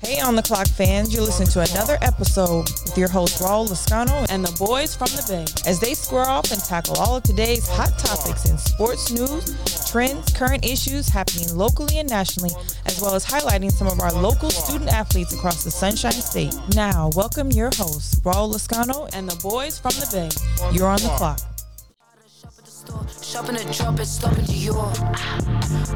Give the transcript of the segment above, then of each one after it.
Hey, On the Clock fans, you're listening to another episode with your host, Raul Lascano, and the boys from the Bay. as they square off and tackle all of today's hot topics in sports news, trends, current issues happening locally and nationally, as well as highlighting some of our local student athletes across the Sunshine State. Now, welcome your hosts, Raul Lascano, and And the boys from the Bay. you're on the clock. Shop at the store, shop in the drop, it's stopping Dior. Ah,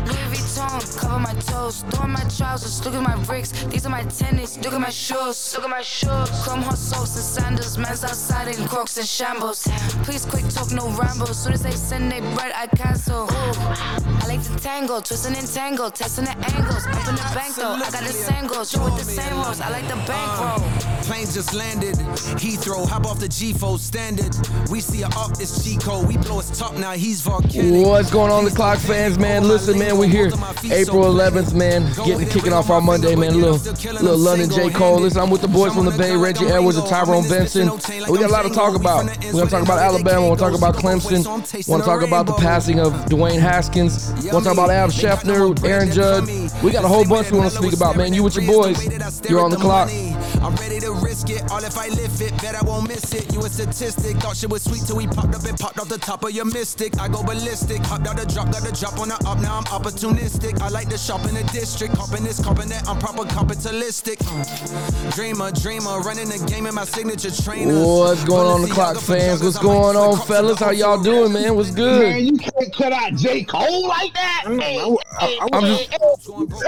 Louis Vuitton, cover my toes, throw on my trousers, look at my bricks. These are my tennis, look at my shoes, look at my shoes. Chrome hot socks and sandals, man's outside in crocs and shambles. Please quick talk, no ramble. Soon as they send they bread, I cancel. Ooh, I like to tango, twisting and tangle, testing the angles. Up in the bank though, I got the sangles, you with the same rolls. I like the bankroll. Plane just landed. Heathrow, hop off the G4 standard. We see a up, it's G code. We blow his top now, he's volcanic. What's going on, the clock fans, man? Listen, man, we're here April 11th, man, getting kicking off our Monday, man. A little, little London J. Cole. Listen, I'm with the boys from the Bay, Reggie Edwards and Tyrone Benson. And we got a lot to talk about. We're going to talk about Alabama. We'll talk about Clemson. want to talk about the passing of Dwayne Haskins. want to talk about Adam Scheffner, Aaron Judd. We got a whole bunch we want to speak about, man. You with your boys. You're on the clock. I'm ready to risk it. All if I lift it, bet I won't miss it. You a statistic. Thought shit was sweet till we popped up and popped off the top of your mystic. I go ballistic. Hopped out the drop, got the drop on the up. Now I'm opportunistic. I like to shop in the district. Copping this, copping that. I'm proper capitalistic. Dreamer, dreamer. Running the game in my signature trainers. What's going on, the clock fans? What's going on, fellas? How y'all doing, man? What's good? Man, you can't cut out J. Cole like that. Hey, hey, I'm hey, just- hey,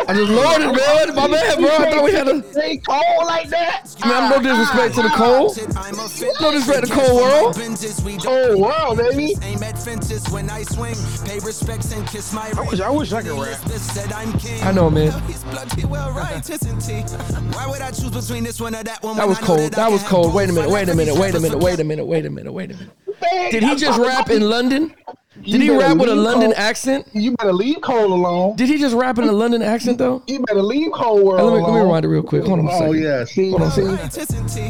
I just loaded, man. My man, bro. I thought we had a. J. Cole like that. Man, no disrespect to the Cole. I'm a fit. No disrespect to Cole World. Whole world, baby. Aim at fences when I swing. Pay respects and kiss my I wish, I wish I could rap. Said I'm king. I know, man. He's plucky, well, right, isn't he? Why would I choose between this one or that one? That when was I know cold. I That was can cold. have Wait a both? minute. Wait a minute. Wait a minute. Wait a minute. Wait a minute. Wait a minute. Did he just rap in London? Did he rap with a London accent? You better leave Cole alone. Did he just rap in a London accent though? You better leave Cole world Hey, Let me, let alone. Oh, me rewind it real quick. Hold on a Oh second. yeah, see, Hold on a see. second. Right, isn't he?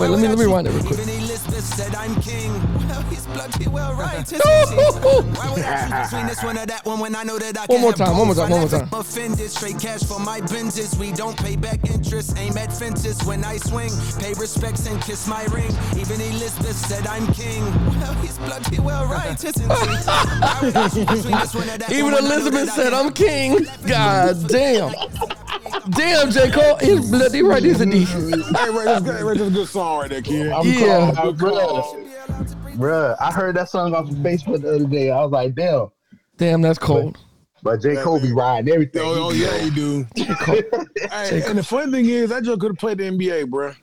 Wait, let me- let me rewind it real quick. Even Elizabeth said I'm king. Well, he's plucky, well, right, isn't he? Why would I choose between this one or that one when I know that I can more have time, one more both? time, one more Financial time. offended. Straight cash for my benches. We don't pay back interest. Aim at fences when I swing. Pay respects and kiss my ring. Even Elizabeth said I'm king. Well, he's bloody well right, isn't he? Why would I choose between this one or that Even one when I know Elizabeth that I said, can "I'm king." God damn. Damn, J. Cole is bloody right, isn't he? hey, Ray, that's, good, Ray, that's a good song right there, kid. Oh, I'm Yeah. yeah. Cole, bruh. be allowed to breathe?" bruh. I heard that song off of Facebook the other day. I was like, damn. Damn, that's cold. But J. Cole be riding everything. Oh, oh, yeah, you do. Hey, and the funny thing is, that joke could have played the NBA, bruh.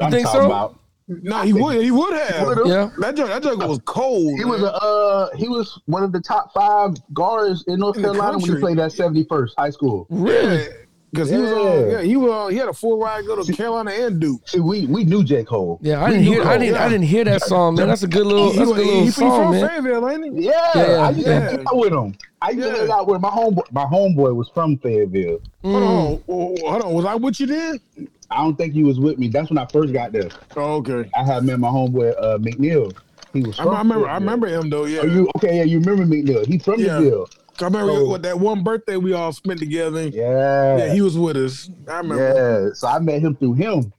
I'm think talking so? about. No, he would. He would have. Would've. Yeah. That joke, that joke was cold. He was man. a uh, he was one of the top five guards in North In the Carolina when he country. played at seventy first high school. Really? Cause he was on, Yeah. yeah, he was on, he had a full ride go to Carolina and Duke. See, we we knew J Cole. Yeah, I We didn't knew hear. I Cole. didn't. I yeah. didn't hear that song, man. That's a good little. He, That's a was- good he, little he song, from man. Fayetteville, ain't he? Yeah, Yeah, I used yeah. to hang out with him. I used to Yeah. hang out with my homeboy. My homeboy was from Fayetteville. Hold Mm, on, hold on, hold on. Was I with you then? I don't think he was with me. That's when I first got there. Oh, okay. I had met my homeboy uh, McNeil. He was. I, from I remember. I Fayetteville. remember him though. Yeah. Oh, you okay? Yeah, you remember McNeil? He's from Yeah. Fayetteville. I remember Oh. what that one birthday we all spent together. Yeah. Yeah. he was with us. I remember. Yeah, so I met him through him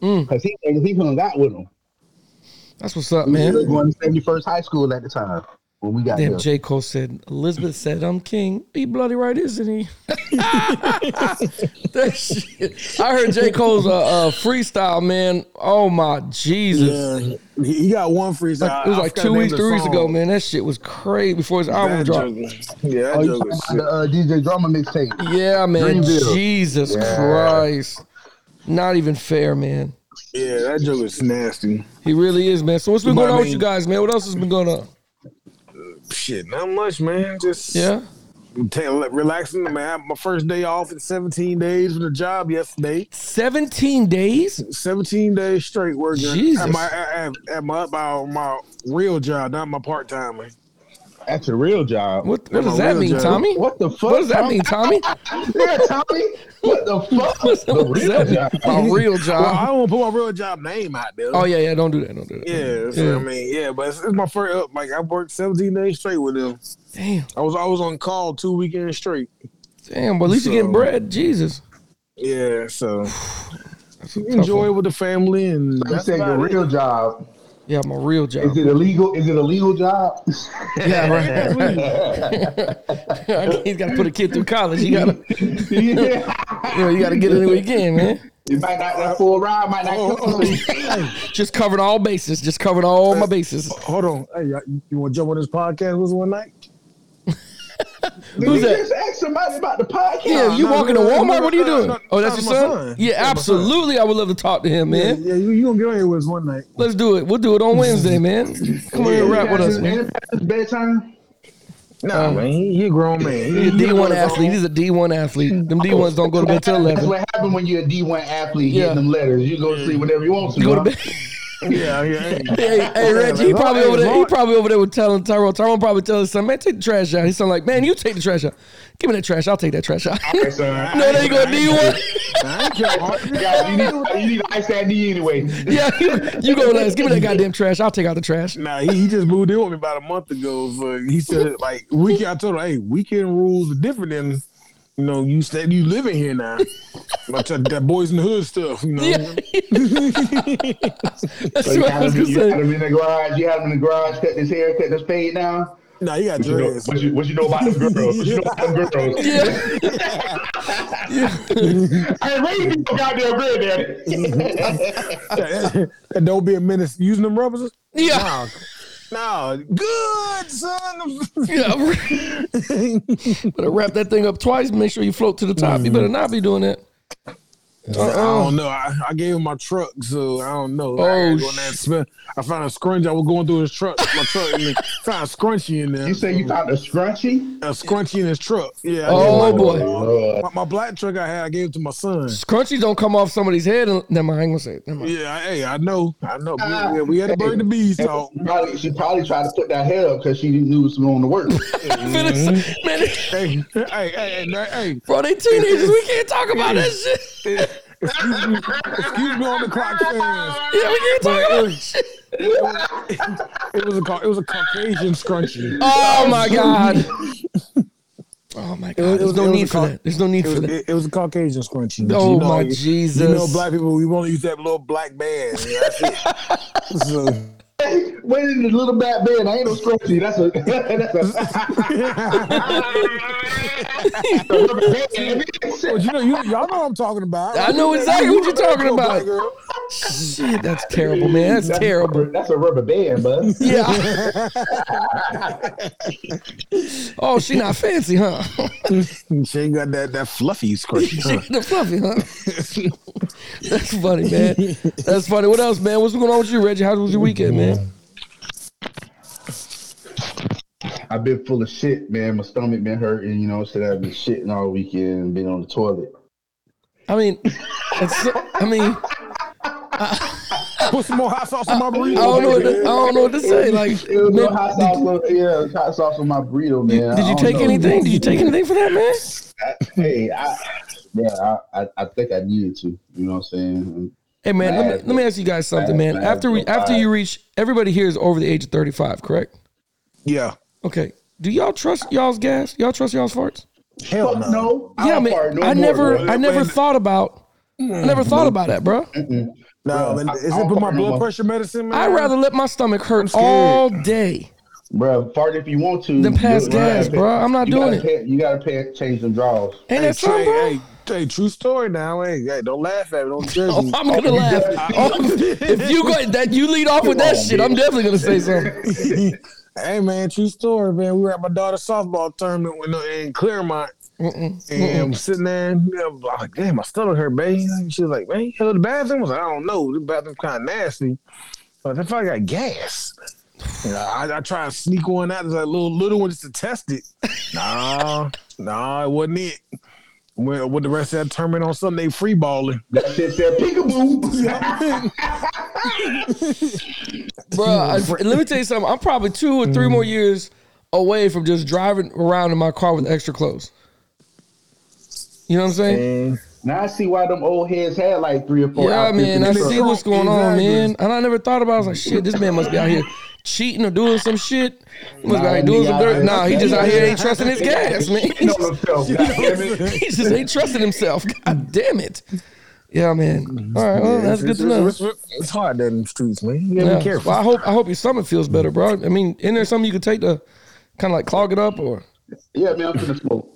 Mm. because he he hung out with him. That's what's up, We were man. going to seventy first high school at the time when we got Damn, there. J. Cole said. Elizabeth said, "I'm king." He bloody right, isn't he? that shit. I heard J. Cole's uh, uh, freestyle, man. Oh my Jesus! Yeah, he he got one freeze. Like, it was like two weeks, three weeks ago, man. That shit was crazy before his album dropped. Yeah, that Oh, you joke talking was about the uh, DJ Drama mixtape? Yeah, man. Dreamville. Jesus Yeah. Christ! Not even fair, man. shit. Yeah, that joke is nasty. He really is, man. So what's been You know going on what I with you mean? guys, man? What else has been going on? Shit, not much, man. Just Yeah. ta- relaxing. Man, I had my first day off in 17 days from the job yesterday. 17 days? 17 days straight working Jesus. at my at, at my, my my real job, not my part Uh-huh. timer. That's a real job. What, what That's does my that real mean, job. Tommy? What the fuck? What does that mean, Tommy? Yeah, Tommy. What the fuck? What's The what does real that mean? job. My real Well, I job. don't want to put my real job name out there. Oh yeah, yeah. Don't do that. Don't do that. Yeah, so I mean, yeah, but it's, it's my first. Like I worked 17 days straight with them. Damn, I was I was on call two weekends straight. damn. But at least you're getting So- bread. Jesus. Yeah, so That's a tough enjoy one. with the family and You that's saying your about it. real job? Yeah, my real job. Is it illegal? Is it a legal job? Yeah, right. He's got to put a kid through college. You got to, yeah. you know, you got to get in again, man. You might not that full ride might not come. Just covered all bases. Just covered all my bases. Hold on, hey, y'all, you, want to jump on this podcast with us one night? Did Who's you that? just ask somebody about the podcast? Yeah, you no, walking to no, no, Walmart? no, what are you no, doing? no, oh, that's your that's son. my son. Yeah, That's my son. absolutely. I would love to talk to him, man. Yeah, you, you gonna get on here with us one night? Let's do it. We'll do it on Wednesday, man. Come on Yeah, and you rap with guys us, is man. Independence bedtime. Nah, man, he, he a grown man. He, He's a he D1 knows all- athlete. He's a D1 athlete. Them D1s don't go to bed till That's 11. what happened when you're a D1 athlete Yeah. getting them letters. You go to sleep whenever you want to. You go to huh? bed. Yeah, yeah. Hey, Oh, hey, Reggie, he probably over there. He probably over there with telling Tyrone. Tyrone probably telling his son, "Man, take the trash out." He's son like, "Man, you take the trash out. Give me that trash. I'll take that trash out." Yes, sir. no, they go D one. I ain't care, Mark. Yeah, you need, you need to ice that knee anyway. yeah, you, you go last. Give me that goddamn trash. I'll take out the trash. Nah, he, he just moved in with me about a month ago. So he said like weekend. I told him, hey, weekend rules are different than you know you said you living here now. But that, that boys in the hood stuff, you know. Yeah, that's Oh, So you what I had was him, gonna you had say. him in the garage. You had him in the garage, cut his hair, cut his fade down. Nah, you got You know, dreads. what, you, what you know about them girls? What you know about them girls? Yeah, Hey, raise your goddamn Mm-hmm. granddaddy. that, that don't be a menace. Using them rubbers? yeah, Nah, good son. yeah. Better wrap that thing up twice. Make sure you float to the top. You better not be doing that. I don't know. I, I gave him my truck, so I don't know. I, Oh, gotta go in there and smell- I found a scrunchie. I was going through his truck, my truck, and then found a scrunchie in there. you say you found a scrunchie? a scrunchie in his truck. Yeah. I Oh, gave boy. my, my, my black truck I had, I gave it to my son. Scrunchies don't come off somebody's head. And, never mind. I ain't gonna say it. Never mind. Yeah, hey, I know, I know. We- Ah. we, we had to burn the bees talk. Probably, she probably tried to put that hair up because she knew it was going to work. Mm-hmm. Finna- Man, hey, hey, hey, hey, now, hey, bro, they teenagers. We can't talk about that shit. excuse me, excuse me on the clock fans. Yeah, we can't talk about that shit. It was a ca- it was a Caucasian scrunchie. Oh my god. Oh my god. There's was- no it was need a for con- that. There's no need It was, for that. it, it was a Caucasian scrunchie. Oh, my you- Jesus. You know, black people, we want to use that little black band. That's it. so, Wait in the little bad bed. I ain't no scrunchie. That's a that's a. but you know, you, y'all know what I'm talking about. I know exactly what you're talking Little black about. girl. Shit, that's terrible, man. That's terrible. That's a rubber band, bud. Yeah. oh, she not fancy, huh? She ain't got that that fluffy scrunchie. she huh? the fluffy, huh? That's funny, man. That's funny. What else, man? What's going on with you, Reggie? How was your weekend, man? I've been full of shit, man. My stomach been hurting. You know, so I've been shitting all weekend. Been on the toilet. I mean, it's, I mean, Put some more hot sauce on my burrito. I don't know. What to, man. I don't know what to say. Like, It was no man, hot sauce. on- yeah, it was hot sauce on my burrito, man. did I you don't take know. anything? Did you take anything for that, man? hey, I, yeah, I, I, I think I needed to. You know what I'm saying? Hey man, let me, Bad. let me ask you guys something, man. Bad, bad, After we bad. after you reach everybody here is over the age of thirty five, correct? Yeah. Okay. Do y'all trust y'all's gas? Y'all trust y'all's farts? Hell Fuck no. no, I yeah, don't man. fart no I more, never bro. I never Man. thought about I never thought about that, bro. No, man, I- is I it don't with my fuck no blood more. pressure medicine, man? I'd rather let my stomach hurt scared. all day Bro, fart if you want to. than pass do it. You gotta gas, pay- bro. I'm not you doing gotta it. Pay, you gotta pay, change them draws. Ain't Hey, that Trey, something, bro? hey, hey, true story now. Hey, hey, don't laugh at me. Don't judge Oh, me. I'm gonna laugh. Oh, if you go that you lead off with that shit, I'm definitely gonna say something. hey, man, true story, man. We were at my daughter's softball tournament when, uh, in Claremont. And I'm sitting there, and I'm like, damn, my stomach hurt, babe. And She was like, man, you go to the bathroom? I was like, I don't know. The bathroom's kind of nasty. But if I got gas, And I, I try to sneak one out, there's that little little one just to test it. Nah, nah, it wasn't it. Well, with the rest of that tournament on Sunday, free balling. That shit said peekaboo. Bro, I- let me tell you something. I'm probably two or three more years away from just driving around in my car with extra clothes. You know what I'm saying? now I see why them old heads had like three or four. yeah, outfits man. in the I truck. see what's going on, Exactly. man. And I never thought about. it. I was like, shit, this man must be out here cheating or doing some shit. He must be Nah, like doing nigga, some I- dirt. Nah, he just out here I- ain't trusting his gas, man. You know himself, goddammit. he just ain't trusting himself. God damn it. Yeah, man. All right, well, that's good to know. It's, it's- it's hard down in the streets, man. You gotta Yeah. be careful. Well, I hope I hope your stomach feels better, bro. I mean, isn't there something you could take to kind of like clog it up or? Yeah, man, I'm finna smoke.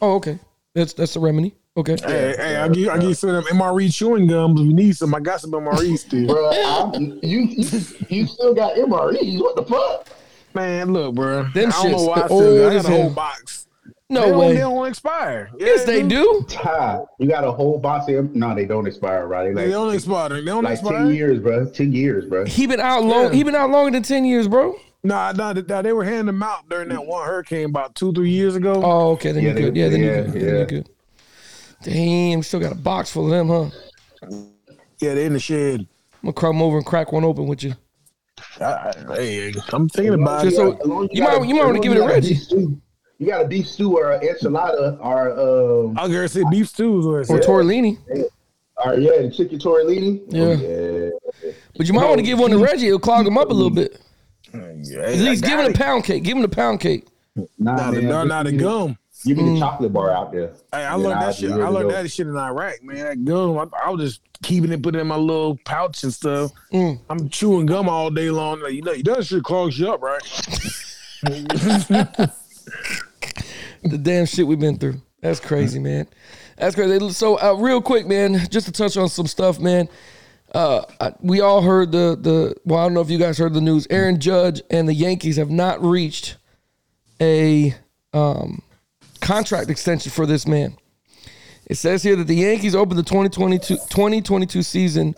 Oh, okay. That's that's the remedy. Okay. Hey, hey, I'll give, you- I'll give you some of them MRE chewing gums if you need some. I got some MRE E still. Bro, I'm, you, you you still got MREs? What the fuck? man, look, bro. Them I don't know shits why I old said that. I as got a whole hell. box. they No don't- way. They don't expire. Yes, they do. Ty, you got a whole box of M- No, they don't expire, right? They They like, don't expire. They don't like expire. 10 years, bro. 10 years, bro. He been out long. He been out longer than ten years, bro. Nah, nah, th- nah, they were handing them out during that one hurricane about two, three years ago. Oh, okay. Then Yeah, you good. they- Yeah, then yeah, you good. Then yeah. you good. Damn, still got a box full of them, huh? I'm Yeah, they in the shed. gonna come over and crack one open with you. I, I- hey, I'm thinking about Just it. so you might you might want to give it a Reggie You got a beef stew or an enchilada or um I'll guarantee beef stews or or something. Tortellini, or yeah, chicken tortellini. Oh, Yeah. yeah. but you might want to give one to Reggie. It'll clog him up a little bit. Yeah, At I least got give him a it. pound cake. Give him the pound cake. Nah, Nah, the, man, nah, just nah, the give me- gum. Give me the chocolate bar out there. Hey, I And learned I'll that be shit. I ready to learned go. that shit in Iraq, man. That gum, I, I was just keeping it, putting it in my little pouch and stuff. Mm. I'm chewing gum all day long. Like, you know, that shit clogs you up, right? the damn shit we've been through. That's crazy, man. That's crazy. So, uh, real quick, man, just to touch on some stuff, man. Uh, I, we all heard the the. Well, I don't know if you guys heard the news. Aaron Judge and the Yankees have not reached a um, contract extension for this man. It says here that the Yankees opened the 2022, 2022 season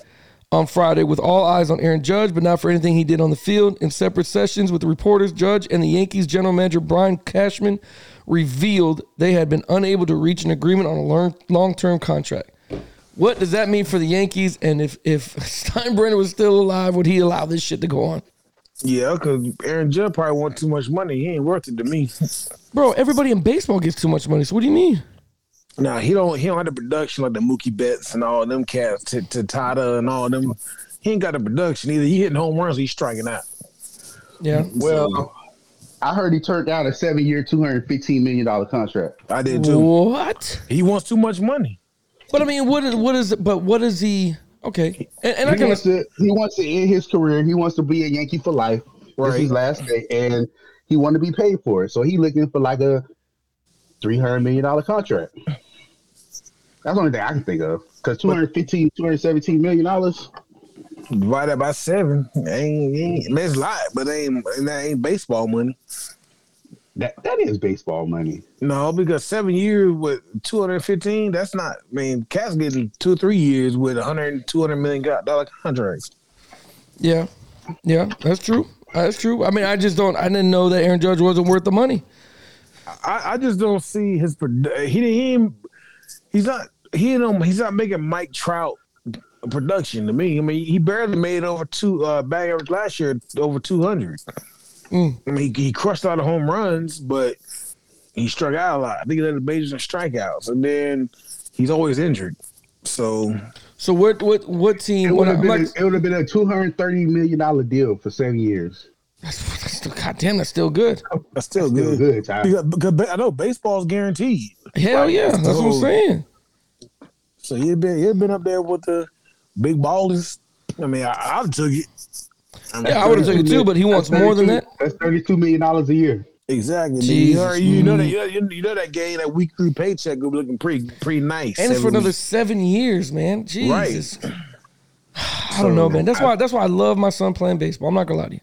on Friday with all eyes on Aaron Judge, but not for anything he did on the field. In separate sessions with reporters, Judge and the Yankees general manager Brian Cashman revealed they had been unable to reach an agreement on a long term contract. What does that mean for the Yankees? And if if Steinbrenner was still alive, would he allow this shit to go on? Yeah, because Aaron Judd probably want too much money. He ain't worth it to me. Bro, everybody in baseball gets too much money. So what do you mean? nah, he don't. He don't have the production like the Mookie Betts and all them cats, T- T- Tata and all them. He ain't got the production either. He hitting home runs, he's striking out. Yeah. Well, I heard he turned down a seven-year, two hundred fifteen million dollar contract. I did too. What? He wants too much money. But I mean, what is what is? But what is he? Okay, and, and I He can. wants to. He wants to end his career. He wants to be a Yankee for life. This is Right. his last day, and he wanted to be paid for it. So he looking for like a three hundred million dollar contract. That's the only thing I can think of. Because 215, 217 million dollars. Divide that by seven. Ain't, ain't that's a lot, but ain't that ain't baseball money. That that is baseball money. No, because seven years with 215, that's not, I mean, Cat's getting two or three years with 100, and 200 million dollar contracts. Yeah, yeah, that's true. That's true. I mean, I just don't. I didn't know that Aaron Judge wasn't worth the money. I, I just don't see his, produ- he, he ain't- he's not, he ain't, he's not making Mike Trout production to me. I mean, he barely made over two, uh, bag average last year, over 200. I mean, he, he crushed a lot of home runs, but he struck out a lot. I think he led the majors in strikeouts, and then he's always injured. So So what? What? What team? It What, would have I'm been. like, a, it would have been a two hundred thirty million dollar deal for seven years. that's, that's still, God damn, that's still good. that's still Still good. good, Ty. Because, because ba- I know baseball's guaranteed. Hell yeah, that's what I'm so- saying. So you've been you've been up there with the big ballers. I mean, I, I took it. I mean, Yeah, I would have took it too, but he wants more than that. That's thirty-two million dollars a year. exactly. man. Jesus. You, already, you know that you know, you know that game that weekly paycheck will be looking pretty pretty nice. And it's for every another week. seven years, man. Right. Jesus. I don't know, man. That's why. That's why I love my son playing baseball. I'm not gonna lie to you.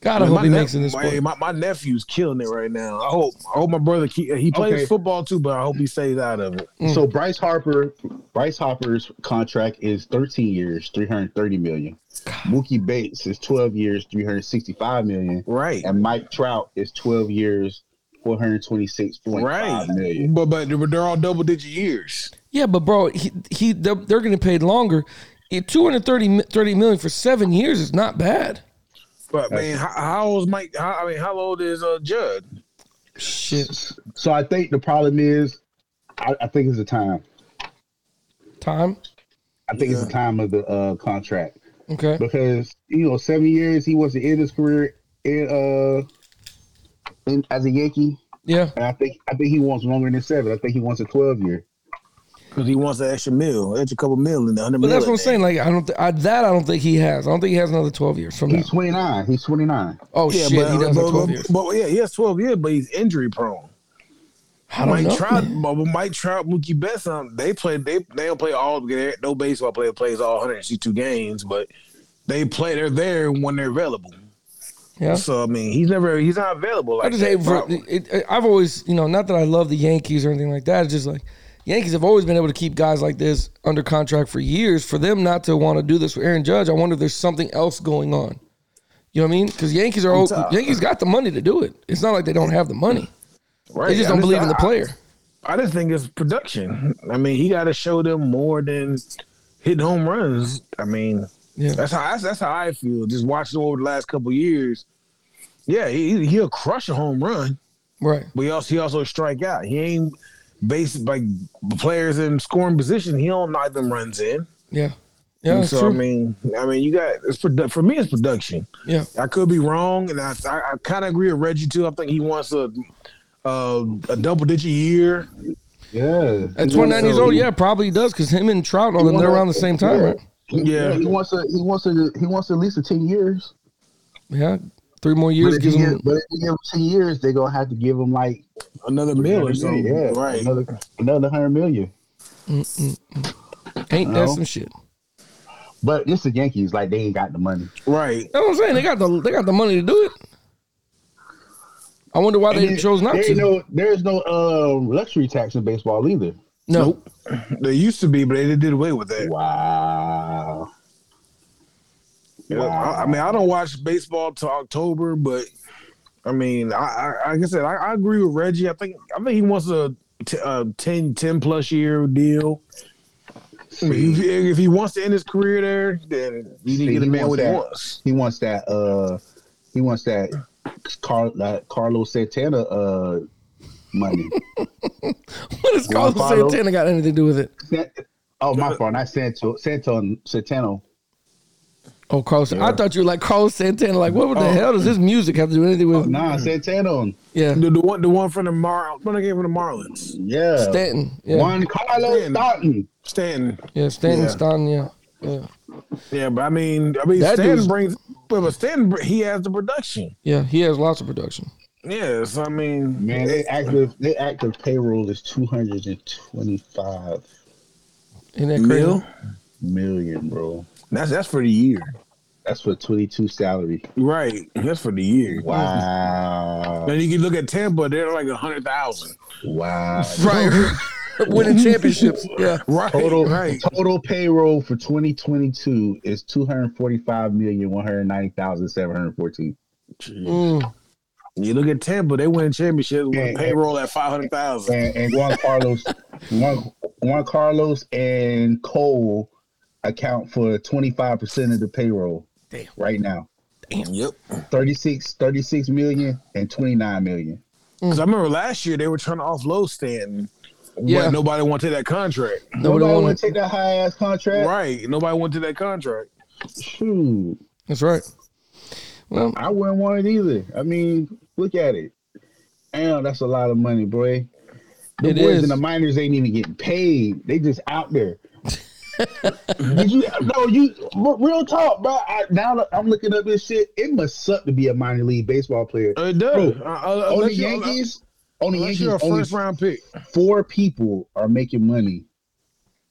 God, I hope my, he nep- makes it in this my, sport. my, my nephew's killing it right now. I hope I hope my brother keep, he plays Okay. football too, but I hope he stays out of it. So Bryce Harper, Bryce Harper's contract is 13 years, 330 million. Mookie Bates is 12 years, 365 million, Right. and Mike Trout is 12 years, 426.5 Right. million. But but they're all double digit years. Yeah, but bro, he, he they're, they're getting paid longer. If 230 mi- 30 million for seven years is not bad. But man, how, how old is Mike? How, I mean, how old is uh, Judd? Shit, So I think the problem is, I, I think it's the time. time. I think it's the time of the uh, contract. Okay. because you know seven years he was the end of his career in uh in, as a Yankee, Yeah. and I think I think he wants longer than seven. I think he wants a twelve year. because he wants an extra meal, extra couple mil in the hundred. But that's mil what I'm in saying. Like I don't th- I, that I don't think he has. I don't think he has another 12 years from now. He's twenty nine. He's twenty nine. Oh there. Yeah, shit, but, he doesn't but, have 12 but, years. but yeah, he has twelve years, but he's injury prone. I don't Mike know. Trout, man. but Mike Trout, Mookie Betts, um, they play. They they don't play all. No baseball player plays all 162 games, but they play. They're there when they're available. Yeah. So I mean, he's never. He's not available. Like I just hate. that, For, probably. it, it, I've always, you know, not that I love the Yankees or anything like that. It's just like Yankees have always been able to keep guys like this under contract for years. For them not to want to do this with Aaron Judge, I wonder if there's something else going on. You know what I mean? Because Yankees are old, tough. Yankees got the money to do it. It's not like they don't have the money. right. They just I don't believe in the I- player. I just think it's production. I mean, he got to show them more than hitting home runs. I mean, Yeah. that's how that's, that's how I feel. Just watching over the last couple of years. Yeah, he, he'll crush a home run, Right. but he also he also strike out. He ain't based like players in scoring position. He don't knock them runs in. Yeah. Yeah. And That's so true. I mean, I mean, you got it's produ- for me. It's production. yeah. I could be wrong, and I I, I kind of agree with Reggie too. I think he wants a a, a double digit year. Yeah, At 29 years old, yeah, probably does because him and Trout, all them, they're around the same time, right? Yeah. he wants a, he wants a, he wants at least a ten years. Yeah. Three more But years if, you gives him. give, but if you give him ten years, they're gonna have to give him like another meal or something. yeah, right. another another hundred million. Ain't that No. some shit? But it's the Yankees, like they ain't got the money. Right. That's what I'm saying. They got the they got the money to do it. I wonder why they And chose not there to. ain't No, there's no um, luxury tax in baseball either. no, They used to be, but they did away with that. Wow. Yeah, I, I mean, I don't watch baseball till October, but I mean, I, I like I said, I, I agree with Reggie. I think I think he wants a, t- a 10, 10 plus year deal. I mean, if, he- if he wants to end his career there, then you need to See, get a he man wants what he that. wants. He wants that. Uh, he wants that. Car, that Carlos Santana. Uh, money. what has Carlos Follow. Santana got anything to do with it? San- oh, my fault. Not Santo. Santo. Santano. Oh, Carlos, I thought you were like Carlos Santana. Like, what the Oh. hell does this music have to do anything with? Nah, Santano. Yeah, The, the one, the one from the Mar, one I gave from the Marlins, Yeah. Stanton. Yeah, Juan Carlos Stanton. Stanton. Stanton. yeah, Stanton, Yeah. Stanton. Yeah, yeah, Yeah, but I mean, I mean, That dude's- Stanton brings, but but Stanton, br- he has the production. yeah. He has lots of production. Yeah, so I mean, Man, their active their active payroll is two hundred and twenty five Isn't that crazy? Mill? million, bro. That's that's for the year. That's for twenty two salary. Right. That's for the year. Wow. Then you can look at Tampa, they're like a hundred thousand. Wow. Right, winning championships. Yeah, Right. Total Right. total payroll for 2022 is 245,190,714. Mm. You look at Tampa, they win championships with a Yeah. payroll at five hundred thousand. And, and Juan Carlos Juan, Juan Carlos and Cole account for 25% of the payroll Damn. right now. Yep. 36 36 million and 29 million. Because I remember last year they were trying to offload Stanton. Yeah. Yeah. nobody wanted that contract. Nobody Nobody wanted. want to take that high ass contract. Right. Nobody wanted that contract. Shoot. That's right. Well, I wouldn't want it either. I mean, look at it. Damn, that's a lot of money, boy. The It boys is. in the minors ain't even getting paid. They just out there. Did you? No, you. r- Real talk, bro. I, now that I'm looking up this shit. It must suck to be a minor league baseball player. It does. Bro, Uh, uh, on the unless you- Yankees, on the Unless you're a Yankees, only first round pick. four people are making money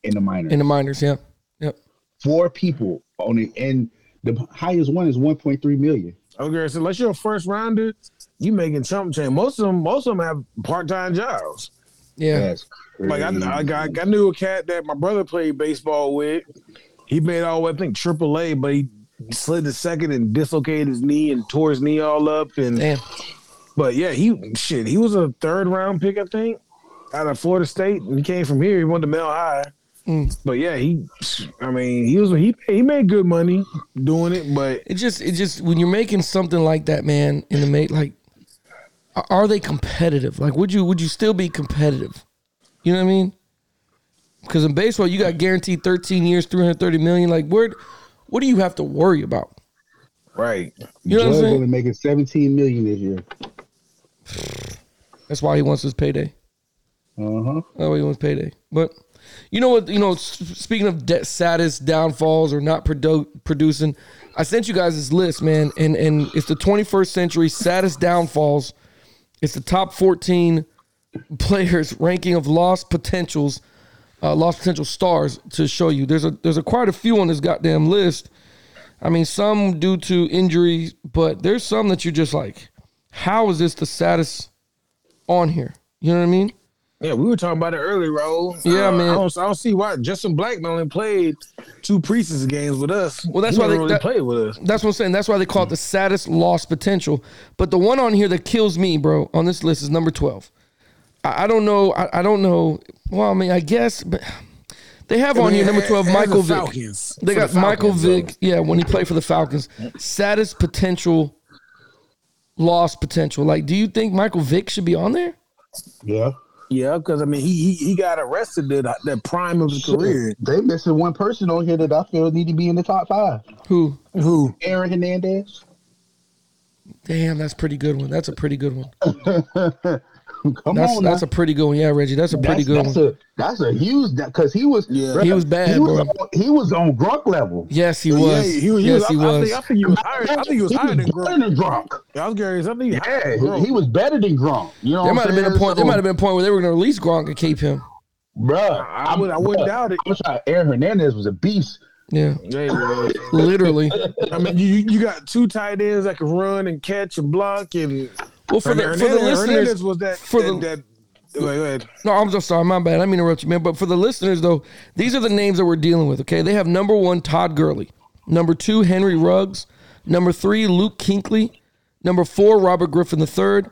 in the minors. in the minors. Yeah, yep. four people on it, and the highest one is 1.3 million. Okay, so unless you're a first rounder, you making chump change. Most of them, most of them have part time jobs. Yeah, That's Like I, I, crazy. I, I knew a cat that my brother played baseball with. He made all I think triple A, but he slid the second and dislocated his knee and tore his knee all up. And damn. but yeah, he shit. He was a third round pick, I think, out of Florida State, and he came from here. He went to Mel High. Mm. But yeah, he. I mean, he was he he made good money doing it, but It just it just when you're making something like that, man, in the mate like a- are they competitive? Like would you would you still be competitive? You know what I mean? Because in baseball you got guaranteed 13 years, 330 million. Like where What do you have to worry about? Right. You know what I'm Joe's saying? only making seventeen million this year. That's why he wants his payday. Uh huh. That's why he wants payday. But you know what? You know, s- speaking of de- saddest downfalls or not produ- producing, I sent you guys this list, man, and and it's the 21st century saddest downfalls. It's the top 14 players ranking of lost potentials, uh, lost potential stars to show you. There's a there's a quite a few on this goddamn list. I mean, some due to injuries, but there's some that you're just like, how is this the saddest on here? You know what I mean? Yeah, we were talking about it earlier, Raul. Yeah, I don't- man. I don't, I don't see why Justin Blackman only played two preseason games with us. Well, that's He why never they- really that- played with us. That's what I'm saying. That's why they call it the saddest lost potential. But the one on here that kills me, bro, on this list is number 12. I, I don't know. I, I don't know. Well, I mean, I guess, but they have on here number 12, And- and Michael the Vick. Falcons. They For got the Michael Falcons, Vick. Yeah, when he played for the Falcons. Saddest potential lost potential. Like, do you think Michael Vick should be on there? Yeah. Yeah, because I mean, he, he he got arrested at the prime of his career. Shit. They missing one person on here that I feel need to be in the top five. Who? Who? Aaron Hernandez. Damn, that's a pretty good one. That's a pretty good one. Come That's on, that's now. a pretty good one. Yeah, Reggie, that's a pretty that's, good that's one. A, that's a huge because he was Yeah. He was bad, he was, bro. on, he was on Gronk level. yes, he Yeah, was. he, he was. yes, I, he I was. think, I think he was higher. I think he was he higher than better Gronk. than Gronk. I was curious. I think he was higher Yeah, than he, Gronk. he was better than Gronk. You know, There what might I'm have been a saying? point. There So, might have been a point where they were going to release Gronk and keep him. Bruh, I would- I wouldn't bruh, doubt it. I'm sorry, Aaron Hernandez was a beast. Yeah, Yeah, he was. literally. I mean, you you got two tight ends that can run and catch and block, and Well, for the for the Hernandez- Hernandez listeners, was that for that, the- that wait, wait. no, I'm just sorry, my bad. I mean to interrupt you, man. But for the listeners, though, these are the names that we're dealing with. Okay, they have number one Todd Gurley, number two Henry Ruggs, number three Luke Kinkley, number four Robert Griffin III,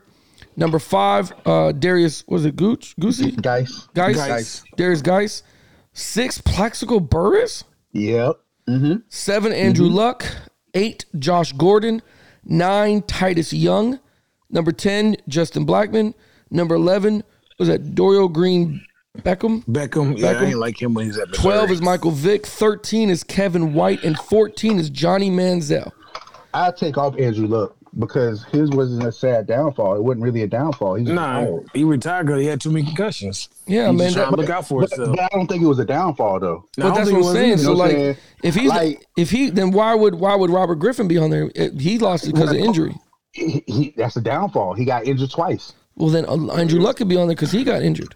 number five uh, Darius was it Gooch Goosey Guys. Geis? Geis. Darius Geis, six Plaxico Burris, Yep. Seven, Andrew Mm-hmm. Luck. Eight, Josh Gordon. Nine, Titus Young. Number 10, Justin Blackman. Number 11, was that Dorial Green Beckham? Beckham, yeah, Beckham. I ain't like him when he's at Missouri. 12 is Michael Vick. 13 is Kevin White. And 14 is Johnny Manziel. I take off Andrew Luck because his wasn't a sad downfall. It wasn't really a downfall. He was Nah, old. he retired because he had too many concussions. Yeah, man. He's just trying that- to look out for But, himself. but I don't think it was a downfall though. Nah, but I don't that's what think it I'm was saying. either. So You know what I'm like, saying? if he's Like- if he then why would why would Robert Griffin be on there? It- He lost it because of injury. He, he, that's a downfall. He got injured twice. Well, then uh, Andrew Luck could be on there because he got injured.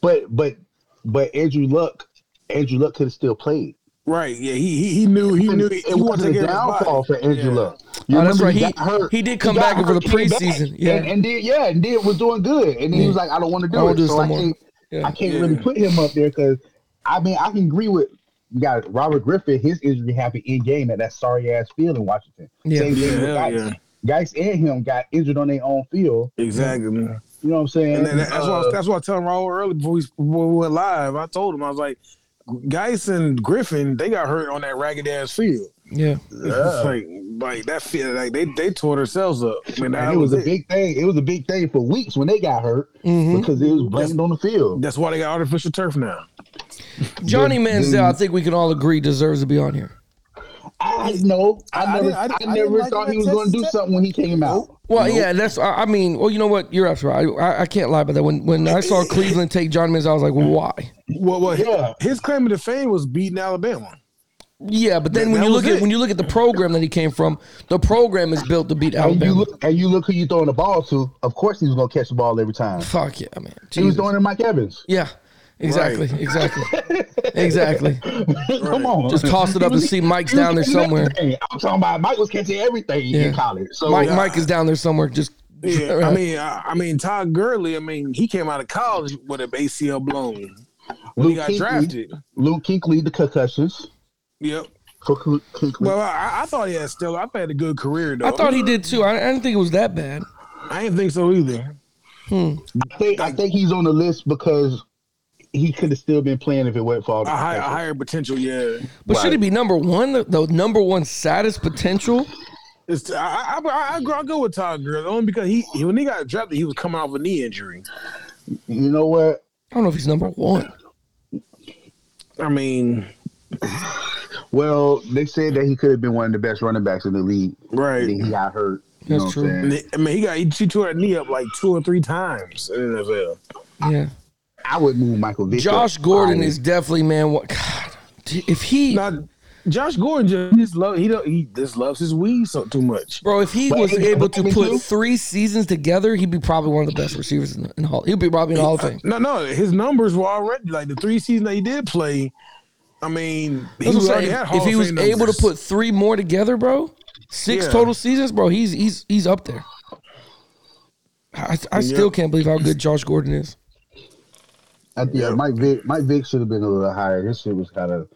But but but Andrew Luck, Andrew Luck could have still played. right? Yeah, he he, he knew he knew he, it he wanted to wasn't get a his downfall body. for Andrew Yeah. Luck. You Oh, that's remember right. He- got hurt. he did come got back over hurt, the came back, preseason. Yeah. and, and did yeah, and did was doing good, and then he was like, I don't want to do I won't do it, this so no I more. can't. Yeah. I can't really put him up there because I mean I can agree with you got Robert Griffin. His injury happened in game at that sorry ass field in Washington. Yeah. Same thing with Yeah, hell Geis. Geis and him got injured on their own field. Exactly. man. You know what I'm saying? And then that- that's why Uh, that's why I told Raul early before we, before we went live. I told him I was like, Geis and Griffin they got hurt on that ragged ass field. Yeah. It's like like that field like they they tore themselves up. I mean, and that it was a big. big thing. It was a big thing for weeks when they got hurt Mhm. because it was blamed on the field. That's why they got artificial turf now. Johnny Manziel, I think we can all agree, deserves to be on here. I know. I I, never. didn't- I I, didn't- I didn't never like thought him he at was going to do Texas Tech. something when he came out. Well, yeah, that's. I, I mean, well, you know what? You're absolutely right. I, I can't lie about that. When when I saw Cleveland take Johnny Manziel, I was like, why? Well, well, Yeah. his claim to fame was beating Alabama. Yeah, but then That- when that you was look at it. when you look at the program that he came from, the program is built to beat And you Alabama. look and you look who you throwing the ball to. Of course, he was going to catch the ball every time. Fuck yeah, man. He Jesus. was doing it, Mike Evans. Yeah, exactly, exactly, exactly. Come on, Just toss it up and see Mike's He was down there catching somewhere. everything. I'm talking about Mike was catching everything Yeah. in college. So Mike Mike is down there somewhere. Just Yeah, I mean, I, I mean, Todd Gurley. I mean, he came out of college with an ACL blown when he Luke got Kuechly- drafted. Luke Kinkley, the concussions. Yep. Kuechly- Kuechly. Well, I, I thought he had still. I thought he had a good career though. I thought he did too. I, I didn't think it was that bad. I didn't think so either. I think, I think he's on the list because he could have still been playing if it wasn't for all the A, high, a concussions. higher potential, yeah. But should Right. it be number one? The, the number one saddest potential. It's, I, I, I, I, go- I go with Todd Gurley only because he, he when he got drafted, he was coming off a knee injury. You know what? I don't know if he's number one. I mean, Well, they said that he could have been one of the best running backs in the league. Right. And then he got hurt. You That's know true. What I'm saying? And I mean, he got he tore that knee up like two or three times in the NFL. Yeah. I would move Michael Vick. Josh up. Gordon I- is definitely man. What God? If he, Now, Josh Gordon just, he just love he don't he just loves his weed so too much. bro, if he But was he- able to but he put do. three seasons together, he'd be probably one of the best receivers in the in the Hall. He'd be probably in the Hall of Fame. No, no, his numbers were already like the three seasons that he did play. I mean, he That's what was I'm already saying. had If, Hall if he of was Fame able to numbers. put three more together, bro, six Yeah. total seasons, bro, he's he's he's up there. I, I still Yep. can't believe how good Josh Gordon is. I, yeah, Mike Vick. Mike Vick should have been a little higher. His shit was kind of,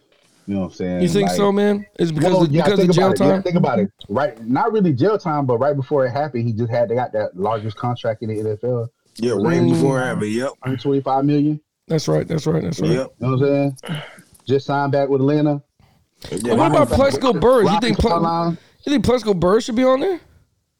you know, what I'm saying. You think like- so, man? It's because Well, of, because think of jail about It. Yeah, time. think about it. Right, not really jail time, but right before it happened, he just had they got that largest contract in the NFL, yeah, right Mm. before I yep, 125 million. That's right. That's right. That's right. yep. You know what I'm saying? Just signed back with Atlanta. Yeah, And what about Plexico Burris? You Rockets think Ple- line. you think Plexico Burris should be on there?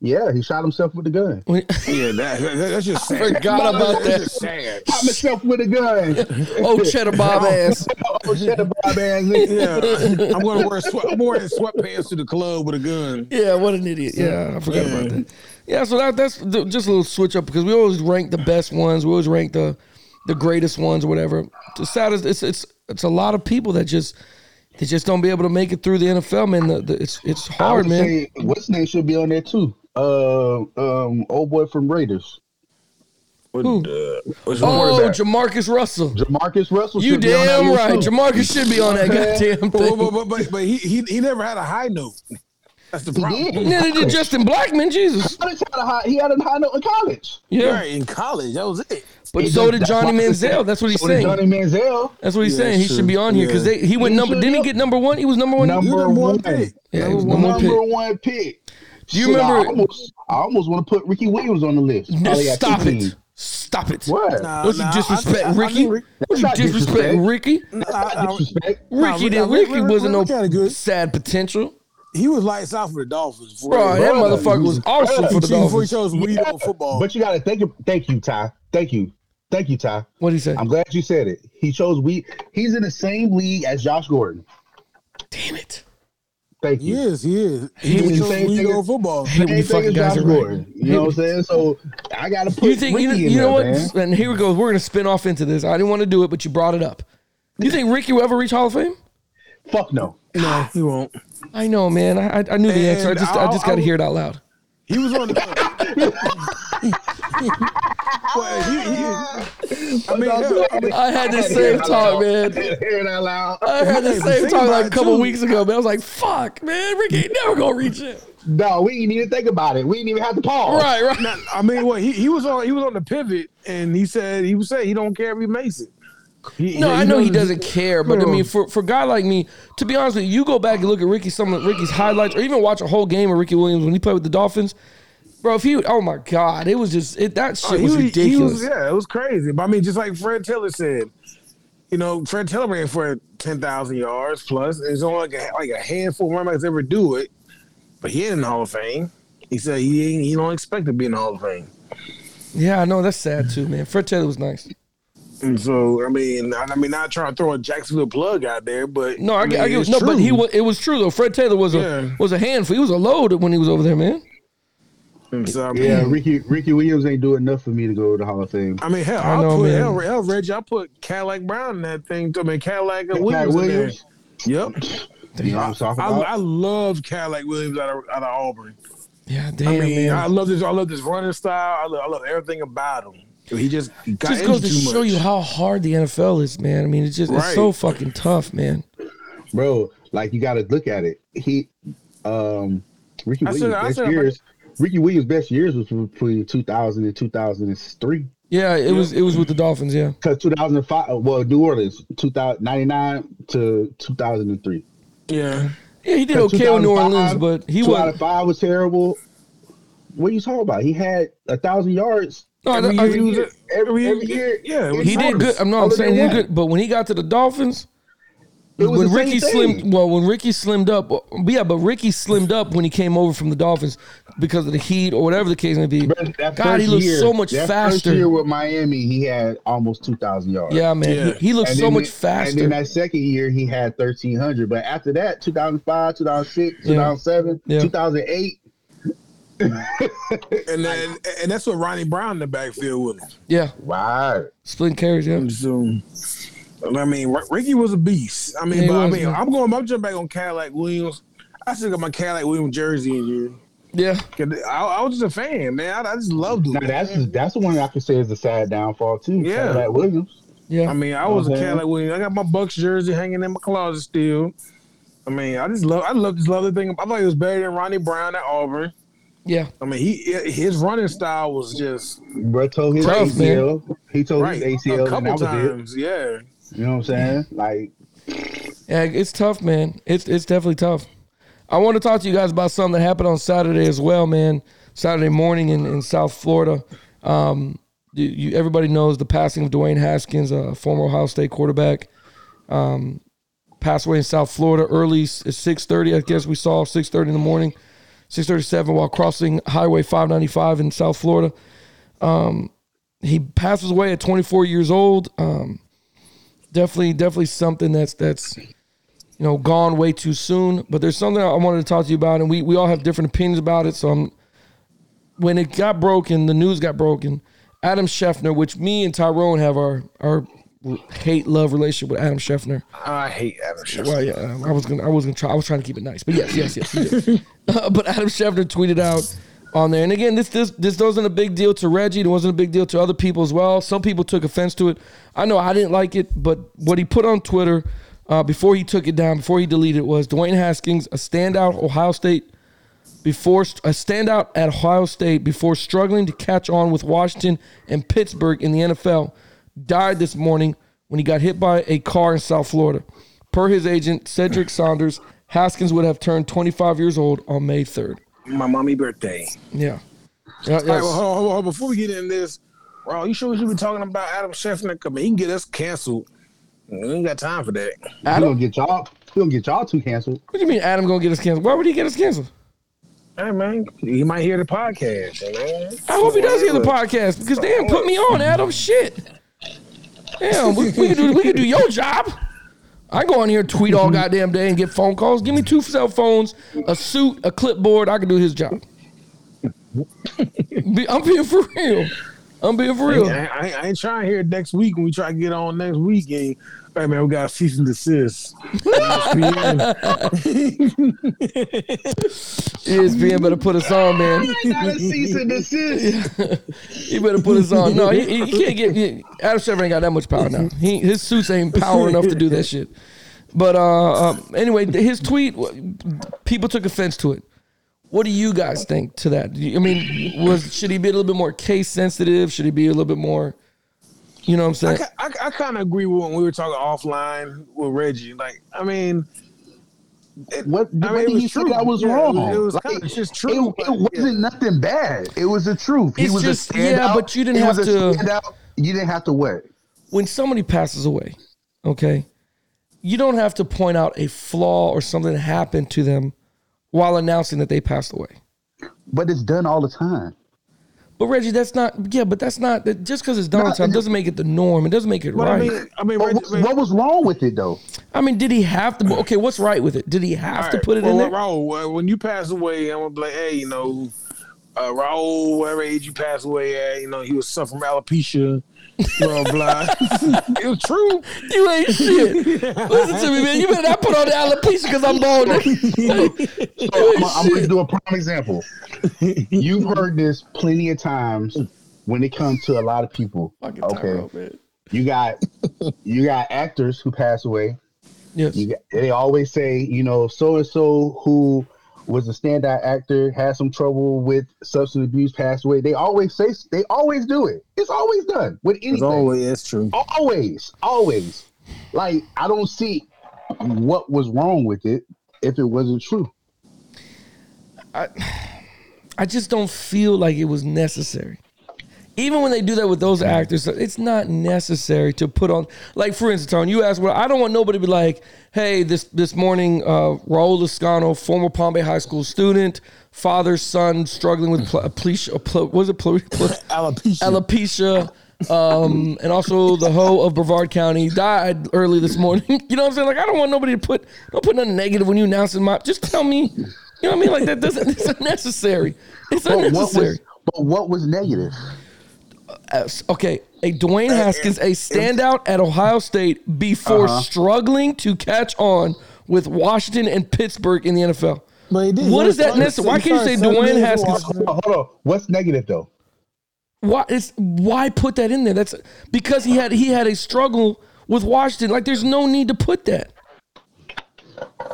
Yeah, he shot himself with a gun. When- yeah, that, that, that's just sad. Forgot about That's that. just sad. Shot myself with a gun. Oh, cheddar bob ass. oh shit, the bob ass nigga. Yeah, I'm gonna wear sweat, I'm wearing sweatpants to the club with a gun. Yeah, what an idiot. Yeah, I forgot about that. Yeah, so that, that's th- just a little switch up because we always rank the best ones. We always rank the the greatest ones, or whatever. The saddest, it's it's it's a lot of people that just they just don't be able to make it through the NFL, man. The, the, it's it's I hard, would man. say what's name should be on there too. Uh, um, old boy from Raiders, What, Who? uh, what's your oh, quarterback? Jamarcus Russell. Jamarcus Russell. You should be on that damn list, right. too. Jamarcus should be on that goddamn but, thing. but, but, but, but he, he he never had a high note. That's the problem. He did. Neither did Justin Blackman, Jesus. He had a high, he had a high note in college. Yeah, Right in college, that was it. but It so just- did that's Johnny why I'm Manziel. saying- That's what he's So did Johnny saying. Manziel. That's what he's Yeah, saying. He sure. should be on here because Yeah. he went He number. should Didn't he be. get number one? He was number one. You Number number one one. pick. Yeah, he Number was one. number one pick. Number one pick. Do you Shit, I remember? almost, I almost want to put Ricky Williams on the list. No, Probably got stop 15. it! Stop it! What? Nah, What you nah, disrespect I- I- I Ricky? think Rick- what you That's not disrespect. disrespecting Ricky? I- I- I- Disrespect. Nah, Ricky Rick- didn't. Rick- Ricky Rick- wasn't Rick had no a good- sad potential, he was lights out for the Dolphins. Before bro. he, That brother, motherfucker was he's- awesome for the before he Dolphins. chose weed Yeah, on football. But you got to thank him. Thank you, Ty. Thank you. Thank you, Ty. What did he say? I'm glad you said it. He chose we. He's in the same league as Josh Gordon. Damn it! Thank you. he is, he is. He He, was chose saying weed nigga- on football. I hate when you Same thing fucking as guys Josh are right. Gordon. You know what I'm saying? So I got to put You think Ricky you, in you know there, man. what? And here we go. We're gonna spin off into this. I didn't want to do it, but you brought it up. You think Ricky will ever reach Hall of Fame? Fuck no. No, he won't. I know, man. I, I- I knew the answer. I And just I, I'll- just got to I'll- hear it out loud. He was on the. Well, he- he- I mean, yeah, I mean, I had the same talk, man. Hear it out loud. I had the Hey, same think talk about like a it, couple too. weeks ago, man. I was like, "Fuck, man, Ricky ain't never gonna reach it." No, we didn't even think about it. We didn't even have to Oh, pause. Right, right. not- I mean, what he, he was on he was on the pivot, and he said he was saying he don't care if he makes it. He- No, I know he knows- doesn't care, but I mean, for for a guy like me, to be honest with you, you go back and look at Ricky some of Ricky's highlights, or even watch a whole game of Ricky Williams when he played with the Dolphins, bro. If he, oh my god, it was just it, that shit Oh, he was was- he ridiculous. was- yeah, it was crazy. But I mean, just like Fred Taylor said, you know, Fred Taylor ran for ten thousand yards plus. It's only like a, like a handful of running backs ever do it, but he ain't in the Hall of Fame. He said he ain't, he don't expect to be in the Hall of Fame. Yeah, I know that's sad too, man. Fred Taylor was nice. And so I mean, I, I mean, not trying to throw a Jacksonville plug out there, but No, I, mean, get, I get it's no, but he true. was it was true though. Fred Taylor was Yeah. a was a handful. He was a load when he was over there, man. And so, I mean, Yeah, Ricky Ricky Williams ain't do enough for me to go to the Hall of Fame. I mean, hell, I I know, will put man. hell, hell, Reggie, I put Cadillac Brown in that thing. too. I mean, Cadillac and Pat Williams. in there. Williams, Yep, you know what I'm talking I, about? I love Cadillac Williams out of, out of Auburn. Yeah, damn, I mean, man. I love this. I love this running style. I love, I love everything about him. He just he got just into goes to too show much. you how hard the NFL is, man. I mean, it's just it's Right. so fucking tough, man. Bro, like you got to look at it. He, um, Ricky I Williams' said- I best said about- years. Ricky Williams' best years was between 2000 and 2003. Yeah, it was it was with the Dolphins. Yeah, Because 2005, uh, well, New Orleans, 2099 to 2003. yeah, yeah, he did 'Cause okay with New 2005 Orleans, but he was 2005 was terrible. What are you talking about? He had a thousand yards No, I- Every I- year he was a- every, every every year- year. yeah, in he did Congress, good. I'm not I'm other saying he than that. did good, but when he got to the Dolphins, It was when the same Ricky thing. slimmed, well, when Ricky slimmed up, uh, yeah, but Ricky slimmed up when he came over from the Dolphins because of the heat or whatever the case may be. Bro, that God, he first looks year- so much that faster. First year with Miami, he had almost two thousand yards. yeah, man, Yeah. He, he looks And so then much it- faster. And then that second year, he had thirteen hundred. But after that, two thousand five, two thousand six, two thousand seven, Yeah. two thousand eight. And then, and that's what Ronnie Brown in the backfield with him. yeah, Wow. splitting carries. Yeah, So, I mean, R- Ricky was a beast. I mean, Yeah, he but I was, mean, man. I'm going. I'm jumping back on Cadillac Williams. I still got my Cadillac Williams jersey in here. yeah. 'Cause I, I was just a fan, man. I, I just loved him. Now that's that's the one I could say is the sad downfall too. Yeah. Cadillac Williams. Yeah. I mean, I was a Okay. Cadillac Williams. I got my Bucks jersey hanging in my closet still. I mean, I just love. I love this other thing. I thought he was better than Ronnie Brown at Auburn. yeah. I mean, he his running style was just Bro told his Tough, man. ACL. He told right his ACL, a and that couple was times. Yeah, it. You know what I'm saying? Like Yeah, it's tough, man. It's it's definitely tough. I want to talk to you guys about something that happened on Saturday as well, man. Saturday morning in, in South Florida. Um, you, you, everybody knows the passing of Dwayne Haskins, a former Ohio State quarterback. Um, passed away in South Florida early, six thirty. I guess we saw six thirty in the morning, six thirty-seven, while crossing Highway five ninety-five in South Florida. Um, he passes away at twenty-four years old. Um, definitely, definitely something that's that's you know, gone way too soon. But there's something I wanted to talk to you about, and we, we all have different opinions about it. So I'm, when it got broken, the news got broken. Adam Scheffner, which me and Tyrone have our our hate love relationship with Adam Scheffner. I hate Adam Schefter. Well, yeah, um, I was gonna, I was gonna try, I was trying to keep it nice, but yes, yes, yes. he did. Uh, but Adam Schefter tweeted out on there, and again, this this this wasn't a big deal to Reggie. It wasn't a big deal to other people as well. Some people took offense to it. I know I didn't like it, but what he put on Twitter uh, before he took it down, before he deleted it, was Dwayne Haskins, a standout Ohio State before a standout at Ohio State before struggling to catch on with Washington and Pittsburgh in the NFL, died this morning when he got hit by a car in South Florida. Per his agent, Cedric Saunders, Haskins would have turned 25 years old on May 3rd. My mommy birthday. Yeah. Yeah, All right, well, yes. hold on, hold on, hold on. Before we get in this, bro, you sure we should be talking about Adam Scheffner? Come he can get us canceled. We ain't got time for that. we don't get y'all. We don't get y'all two canceled. What do you mean Adam going to get us canceled? Why would he get us canceled? Hey man, he might hear the podcast. Man. I hope he does hear the podcast because damn, put me on, Adam. Shit. Damn, we, we can do we can do your job. I go on here and tweet all goddamn day and get phone calls. Give me two cell phones, a suit, a clipboard. I can do his job. Be- I'm being for real. I'm being for I, real. I, I ain't trying to hear it next week when we try to get on next week. And, hey man, we got a cease and desist. ESPN better put us on, man. Not a cease and desist. He better put us on. No, he, he he can't get. He, Adam Silver ain't got that much power now. He, his suits ain't power enough to do that shit. But uh, um, anyway, th- his tweet, w- people took offense to it. What do you guys think to that? Do you- I mean, was should he be a little bit more case sensitive? Should he be a little bit more? You know what I'm I, saying? ki- I, I kind of agree with when we were talking offline with Reggie. Like, I mean, it, What, I mean, what it did was he true. say that was Yeah, it wrong? was- it was Like, kinda just It, true, it but, wasn't yeah. nothing bad. It was the truth. It's he was just- a yeah, standout. but you didn't He have was a to- standout. You didn't have to what? when somebody passes away, okay, you don't have to point out a flaw or something that happened to them while announcing that they passed away. But it's done all the time. But Reggie, that's not. Yeah, but that's not. That just because it's No, downtime it- doesn't make it the norm. It doesn't make it but right. I mean, I mean, But Reggie, wh- what was wrong with it though? did he have to? Okay, what's right with it? Did he have to Alright, put it well, in there? Raul, uh, when you pass away, I'm gonna be like, hey, you know, uh, Raul, whatever age you pass away at, you know, he was suffering from alopecia. Blah blah. it was true. You ain't shit. Listen to me, man. You better not put on the alopecia because I'm bald. nigga. So I'm, I'm going to do a prime example. You've heard this plenty of times when it comes to a lot of people. Fucking Tyrone, Okay, man. you got you got actors who pass away. Yes. You got, they always say, you know, so and so who was a standout actor had some trouble with substance abuse, passed away. They always say they always do it. It's always done with anything. that's true. always, always. Like I don't see what was wrong with it if it wasn't true. I just don't feel like it was necessary. even when they do that with those actors, it's not necessary to put on. Like for instance, Tony, you asked, well, I don't want nobody to be like, hey, this this morning, uh, Raul Lascano, former Palm Bay High School student, father, son, struggling with pl- pleisha, pl- was it pl- pl- Alopecia. alopecia. Um, and also the hoe of Brevard County died early this morning. you know what I'm saying? Like, I don't want nobody to put, don't put nothing negative when you announcing my, just tell me, you know what I mean? Like that doesn't, it's unnecessary. It's But what unnecessary. was but what was negative? S- okay, a Dwayne Haskins, a standout at Ohio State before struggling to catch on with Washington and Pittsburgh in the NFL. But he did. What He is that started- necessary? Why he can't you say started seven Dwayne years in Haskins? Washington. Hold on, what's negative though? Why it's why put that in there? That's because he had he had a struggle with Washington. Like there's no need to put that.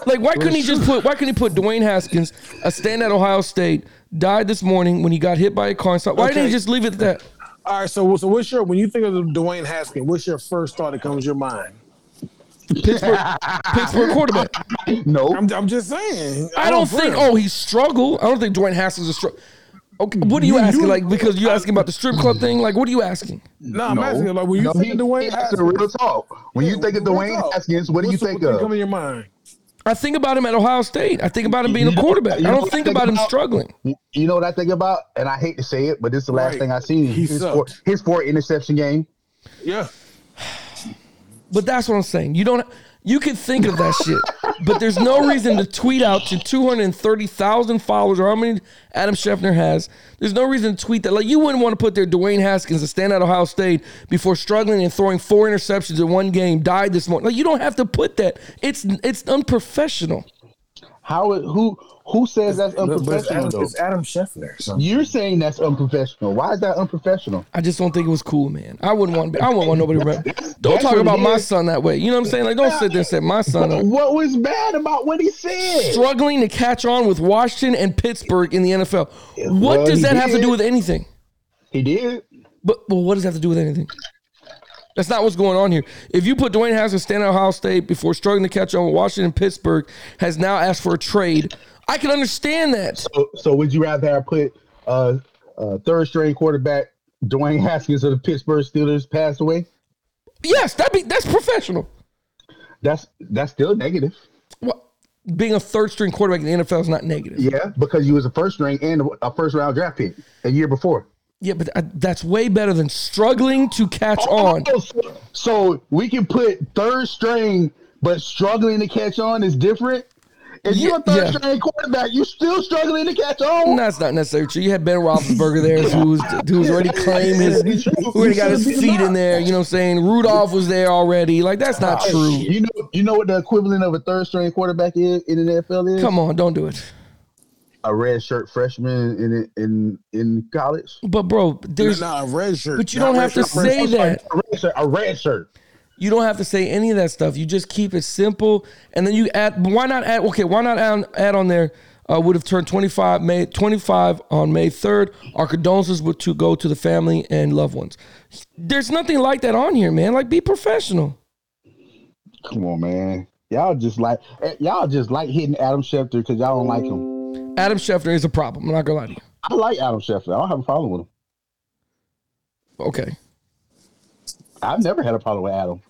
Like why couldn't he just put why couldn't he put Dwayne Haskins, a standout Ohio State, died this morning when he got hit by a car and stopped? Why didn't he Okay. just leave it at that? All right, so so what's your when you think of Dwayne Haskins, what's your first thought that comes to your mind? Pittsburgh Pittsburgh quarterback. No, I'm, I'm just saying. I don't think. feel- Oh, he struggled. I don't think Dwayne Haskins is struggle. Okay, what are you, Mm. You- asking? you- like because you asking about the strip club thing. Like what are you asking? no, I'm asking like when you No, think of he- Dwayne he Haskins, asking real talk. When you think of real Dwayne talk. Haskins, what do you what's the- think what Come of? in your mind. I think about him at Ohio State. I think about him being a quarterback. I don't think about him struggling. You know what I think about, and I hate to say it, but this is the last Right. thing I seen. He his, sucked. four, his four interception game. Yeah. But that's what I'm saying. You don't. You can think of that shit, but there's no reason to tweet out to 230,000 followers or how many Adam Scheffner has. There's no reason to tweet that. Like you wouldn't want to put there Dwayne Haskins, a standout Ohio State, before struggling and throwing four interceptions in one game, died this morning. Like you don't have to put that. It's it's unprofessional. How? it- Who? Who says that's But- but it's unprofessional? Adam, Though it's Adam Scheffner. So. you're saying that's unprofessional. Why is that unprofessional? I just don't think it was cool, man. I wouldn't want. I wouldn't want nobody. Rep. Don't That's talk what about it my is. son that way. You know what I'm saying? Like, don't sit there and say my son uh, What was bad about what he said? struggling to catch on with Washington and Pittsburgh in the NFL. What well, does he that have to did. do with anything? He did. But but what does that have to do with anything? That's not what's going on here. If you put Dwayne Haskins standing at Ohio State before struggling to catch on with Washington and Pittsburgh, has now asked for a trade. I can understand that. So, so would you rather have put uh, uh, third string quarterback Dwayne Haskins of the Pittsburgh Steelers passed away? Yes, that be that's professional. That's that's still negative. What, being a third string quarterback in the NFL is not negative. Yeah, because you was a first string and a first round draft pick a year before. Yeah, but I, that's way better than struggling to catch on. Oh, so, so we can put third string, but struggling to catch on is different. If you're a Yeah, third yeah. string quarterback, you're still struggling to catch on. That's not necessarily true. You had Ben Roethlisberger there, who's who's already claimed his, who already got his feet in there. You know what I'm saying? Rudolph was there already. Like that's not Ah, true. You know, you know what the equivalent of a third string quarterback is in the NFL is Come on, don't do it. a red shirt freshman in in in college. But bro, there's Nah, red shirt. but you Not don't red have to shirt, red say that. shirt. A red shirt. A red shirt. You don't have to say any of that stuff. You just keep it simple, and then you add. Why not add? Okay, why not add, add on there? Uh, would have turned 25 May 25 on May 3rd. Our condolences would to go to the family and loved ones. There's nothing like that on here, man. Like be professional. Come on, man. Y'all just like eh, y'all just like hitting Adam Schefter because y'all don't like him. Adam Schefter is a problem. I'm not gonna lie to you. I like Adam Schefter. I don't have a problem with him. Okay. I've never had a problem with Adam.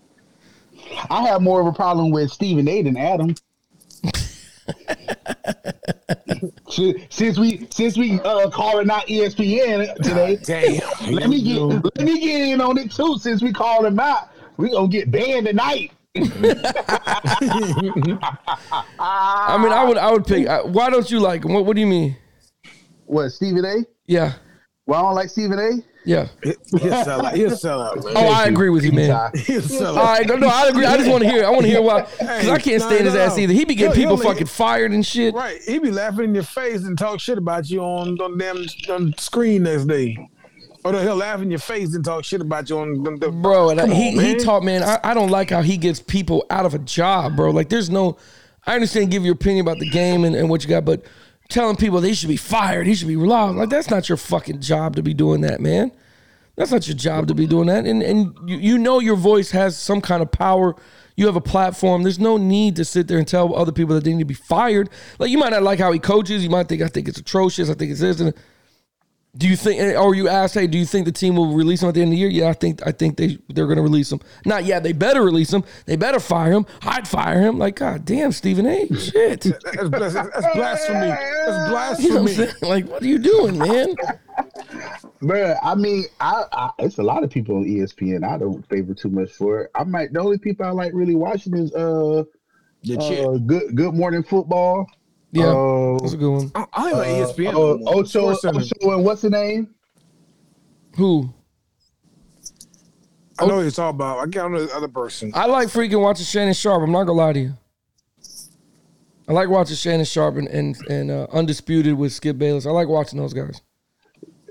I have more of a problem with Stephen A. than Adam. Si- since we since we uh, calling out ESPN today, Damn. let me get let me get in on it too. Since we calling him out, we gonna get banned tonight. I mean, I would, I would pick. I, why don't you like him? What, what do you mean? What Stephen A? Yeah, Well, I don't like Stephen A. yeah. He'll sell out. He'll sell out, man. Oh, I agree with you, man. He'll sell All out. right, no, no, I agree. I just want to hear. I want to hear why, because I can't No, stand his no. ass either. He be getting He'll- people he'll- fucking fired and shit. Right. He be laughing in your face and talk shit about you on on damn on screen next day. Or he'll laugh in your face and talk shit about you on the, the bro. And I, he he man. taught man. I, I don't like how he gets people out of a job, bro. Like there's no. I understand give your opinion about the game and, and what you got, but telling people they should be fired, he should be loud. Like that's not your fucking job to be doing that, man. That's not your job to be doing that. And and you, you know your voice has some kind of power. You have a platform. There's no need to sit there and tell other people that they need to be fired. Like you might not like how he coaches. You might think I think it's atrocious. I think it's this and Do you think, or you asked, hey, do you think the team will release him at the end of the year? Yeah, I think I think they they're going to release him. Not yeah, they better release him. They better fire him. I'd fire him. Like God damn, Stephen A. Shit, That's, that's, that's blasphemy. That's you know what I'm blasphemy. saying? Like what are you doing, man? Bruh, I mean, I, I it's a lot of people on E ESPN. I don't favor too much for it. I might the only people I like really watching is uh, The chip. uh good good morning football. Yeah, Uh, that's a good one. I I ain't E on uh, ESPN. uh, no more. Ocho, Sports Center. Ocho, and what's the name? Who? I know what you're talking about. I can't know the other person. I like freaking watching Shannon Sharp. I'm not gonna lie to you. I like watching Shannon Sharp and and, and uh, Undisputed with Skip Bayless. I like watching those guys.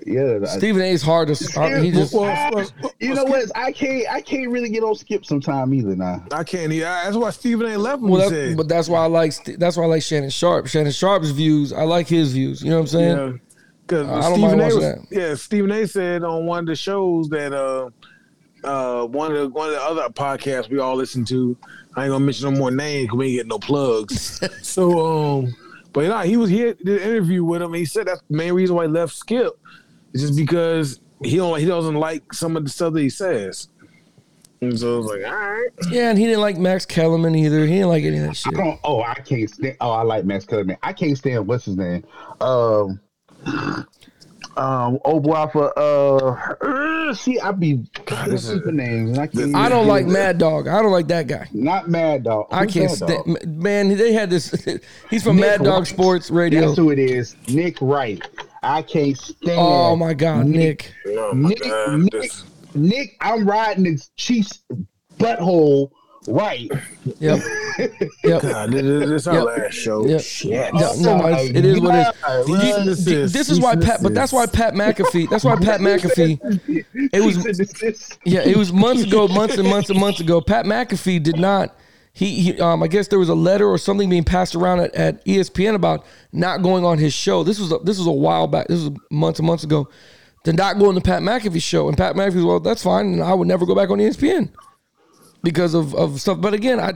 Yeah, I- Stephen A's hard to. I- He just Well, well, well, you know what? I can't I can't really get on skip sometime either now. I can't either. I- That's why Stephen A. left me. well, that, said. but that's why I like St- that's why I like Shannon Sharp. Shannon Sharp's views. I like his views. You know what I'm saying? yeah, because I don't Stephen mind A. watching Was, that. yeah, Stephen A. said on one of the shows that uh, uh, one of the one of the other podcasts we all listen to. I ain't gonna mention no more names because we ain't getting no plugs. so, um, but nah, he was here did an interview with him. And he said that's the main reason why he left Skip is just because he don't he doesn't like some of the stuff that he says. And so I was like, "Ah, all right. Yeah, and he didn't like Max Kellerman either. He didn't like any of that I shit. don't. Oh, I can't stand. Oh, I like Max Kellerman. I can't stand what's his name. Um, um, old boy for uh. See, I be God, this is- super names. And I, can't I don't even- like Mad Dog. I don't like that guy. Not Mad Dog. I Who's can't Mad Dog? stand man. They had this. He's from Nick Mad Dog Wright. Sports Radio. That's who it is. Nick Wright. I can't stand. Oh my God, Nick. Oh my Nick, God, Nick, this- Nick, I'm riding the Chiefs butthole right. Yep. Yep. God, this, this this our Yep. last show. Yep. Shit. No, no, it's, it is what it is. Yeah, You- Cease you- and this, desist. is Cease why and Pat, but desist. that's why Pat McAfee. That's why Pat McAfee. It He was said this- this- yeah. It was months ago, months and months and months ago. Pat McAfee did not. He, he um, I guess there was a letter or something being passed around at, at E ESPN about not going on his show. This was a, this was a while back. This was months and months ago. To not go on the Pat McAfee show, and Pat McAfee, was, well, that's fine, and I would never go back on E ESPN because of, of stuff. But again, I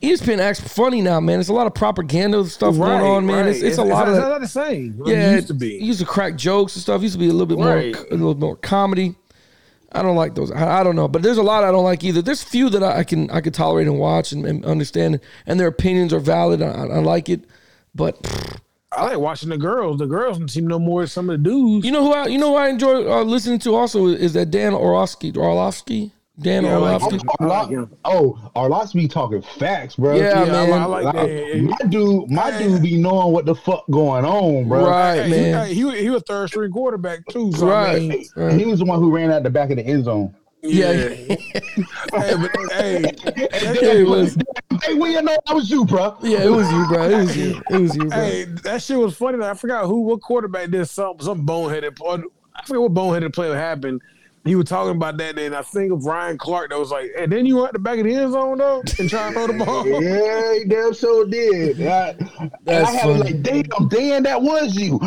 E ESPN acts funny now, man. It's a lot of propaganda stuff Right, going on, man. right. It's, it's, a lot it's of not the same. Like yeah, it used to it be. used to crack jokes and stuff. It used to be a little bit Right. more, a little more comedy. I don't like those. I, I don't know, but there's a lot I don't like either. There's few that I, I can I can tolerate and watch and, and understand, and their opinions are valid. I, I like it, but I like watching the girls. The girls don't seem no more as some of the dudes. you know who I you know who I enjoy uh, listening to also is that Dan Orlovsky. Orlovsky. Dan Yeah, I like Orlovsky. him. I like him. Oh, Arlots be talking facts, bro. Yeah, Yeah, I, man. I like Like, that. my dude, my dude be knowing what the fuck going on, bro. Right, Hey, man. He, hey, he, was- he was third string quarterback too. So I mean, right. He was the one who ran out the back of the end zone. Yeah. hey, but, hey, it was. Hey, we didn't know that was you, bro. Yeah, it was you, bro. It was you. It was you, bro. hey, that shit was funny. I forgot who, what quarterback did some some boneheaded. play- I forget what boneheaded play happened. He was talking about that, and I think of Ryan Clark that was like, and then you were at the back of the end zone though, and trying to throw the ball. Yeah, he damn sure did. I, That's I had funny. him like, damn, Dan, that was you.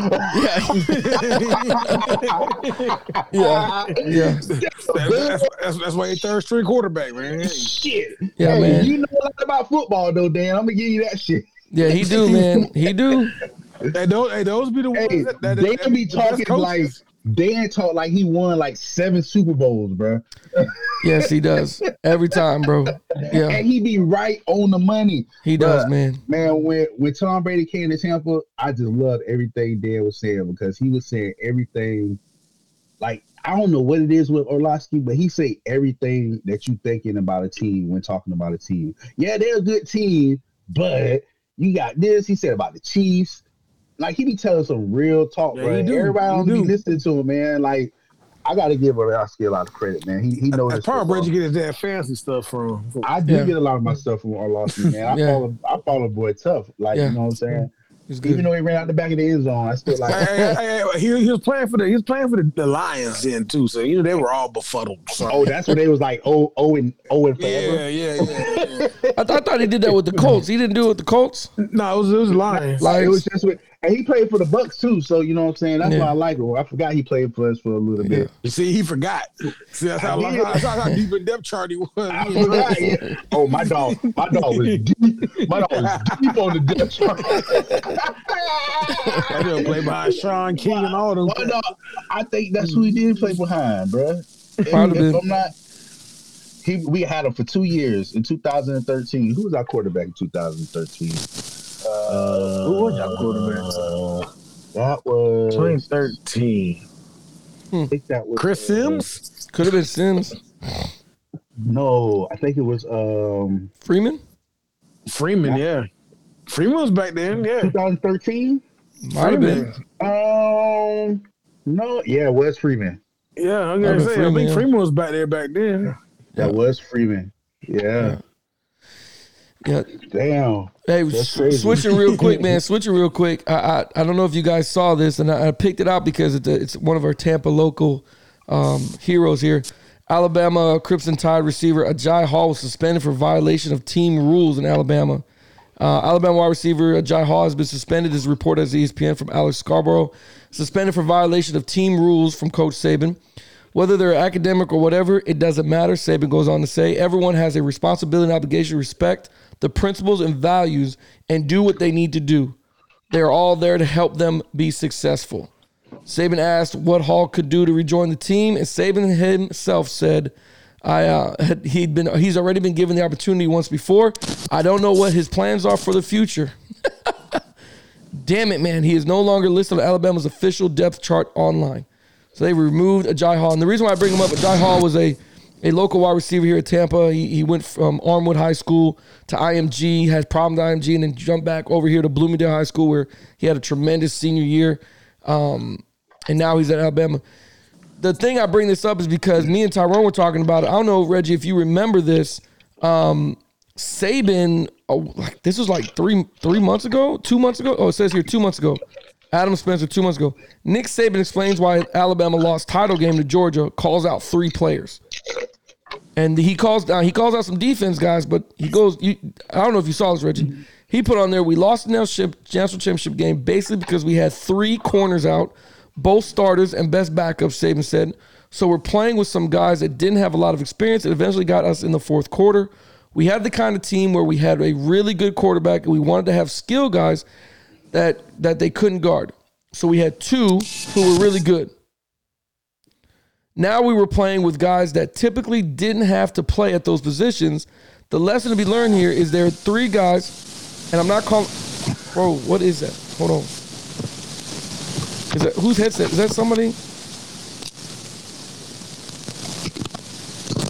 Yeah. Yeah. That's, that's, that's, that's why you third string quarterback, man. Shit. Yeah, hey, man. You know a lot about football, though, Dan. I'm going to give you that shit. Yeah, he do, man. He do. Hey, those, hey, those be the ones Hey, that, that, they that- can be the best talking coaches. like Dan talk like he won like seven Super Bowls, bro, Yes, he does. Every time, bro. Yeah, and he be right on the money. he does, man. Man, when when Tom Brady came to Tampa, I just loved everything Dan was saying because he was saying everything. Like I don't know what it is with Orlovsky, but he say everything that you thinking about a team when talking about a team. Yeah, they're a good team, but you got this. He said about the Chiefs. Like he be telling some real talk, Yeah, bro. he do. Everybody He don't be do. listening to him, man. Like I got to give Orlovsky a lot of credit, man. He he knows. his That's probably where football. you get his damn fancy stuff from. I do Yeah. get a lot of my stuff from Orlovsky, man. I Yeah. follow I follow boy tough. Like Yeah. you know what I'm saying. He's Even good. though he ran out the back of the end zone, I still Hey, like. hey, hey, hey, he, he was playing for the he was playing for the, the Lions then too, so you know they were all befuddled. So. oh, that's when they was like oh oh and oh and forever. yeah, yeah, yeah. yeah. I, th- I thought he did that with the Colts. He didn't do it with the Colts. no, it was it was Lions. Like, It was just with and he played for the Bucks too, so you know what I'm saying. That's Yeah. why I like him. I forgot he played for us for a little bit. You see, he forgot. See, that's how, I did. that's how, how deep in depth chart he was. I forgot, yeah. Oh my dog, my dog was deep. My dog was deep on the depth chart. That dude played by Sean King and all them. My dog, I think that's who he did play behind, bruh. If- Probably. If I'm not, he we had him for two years in 2013. Who was our quarterback in 2013? Uh, who was our quarterback? That was 2013. I think that was Chris uh, Sims? Could have been Sims. No, I think it was um Freeman? Freeman, yeah. Freeman was back then, yeah. 2013. Might have been. Um, no, yeah, it was Freeman. Yeah, I'm gonna Might have been say. I Freeman, think yeah. Freeman was back there back then. That was Freeman. Yeah, Yeah. damn. Hey, That's s- crazy. switching real quick, man. Switching real quick. I, I I don't know if you guys saw this, and I, I picked it out because it's, it's one of our Tampa local um, heroes here. Alabama Crimson Tide receiver Ajay Hall was suspended for violation of team rules in Alabama. Uh, Alabama wide receiver Ajay Hall has been suspended, as reported as E ESPN from Alex Scarborough, suspended for violation of team rules from Coach Saban. Whether they're academic or whatever, it doesn't matter. Saban goes on to say, everyone has a responsibility and obligation to respect the principles and values and do what they need to do. They're all there to help them be successful. Saban asked what Hall could do to rejoin the team, and Saban himself said, "I uh, had, he'd been he's already been given the opportunity once before. I don't know what his plans are for the future." Damn it, man! He is no longer listed on Alabama's official depth chart online. So they removed Ajay Hall, and the reason why I bring him up, Ajay Hall was a a local wide receiver here at Tampa. He, he went from Armwood High School to IMG, had problems at IMG, and then jumped back over here to Bloomingdale High School, where he had a tremendous senior year and now he's at Alabama. The thing I bring this up is because me and Tyrone were talking about it. I don't know, Reggie, if you remember this. Um, Saban, oh, like this was like three three months ago, two months ago. Oh, it says here two months ago. Adam Spencer, two months ago. Nick Saban explains why Alabama lost title game to Georgia. Calls out three players, and he calls down. He calls out some defense guys, but he goes. You, I don't know if you saw this, Reggie. He put on there. We lost the national chip- national championship game basically because we had three corners out both starters and best backup, Saban said. So we're playing with some guys that didn't have a lot of experience. It eventually got us in the fourth quarter. We had the kind of team where we had a really good quarterback and we wanted to have skill guys that that they couldn't guard. So we had two who were really good. Now we were playing with guys that typically didn't have to play at those positions. The lesson to be learned here is there are three guys, and I'm not calling. Bro, what is that? Hold on. Is that whose headset? Is that somebody?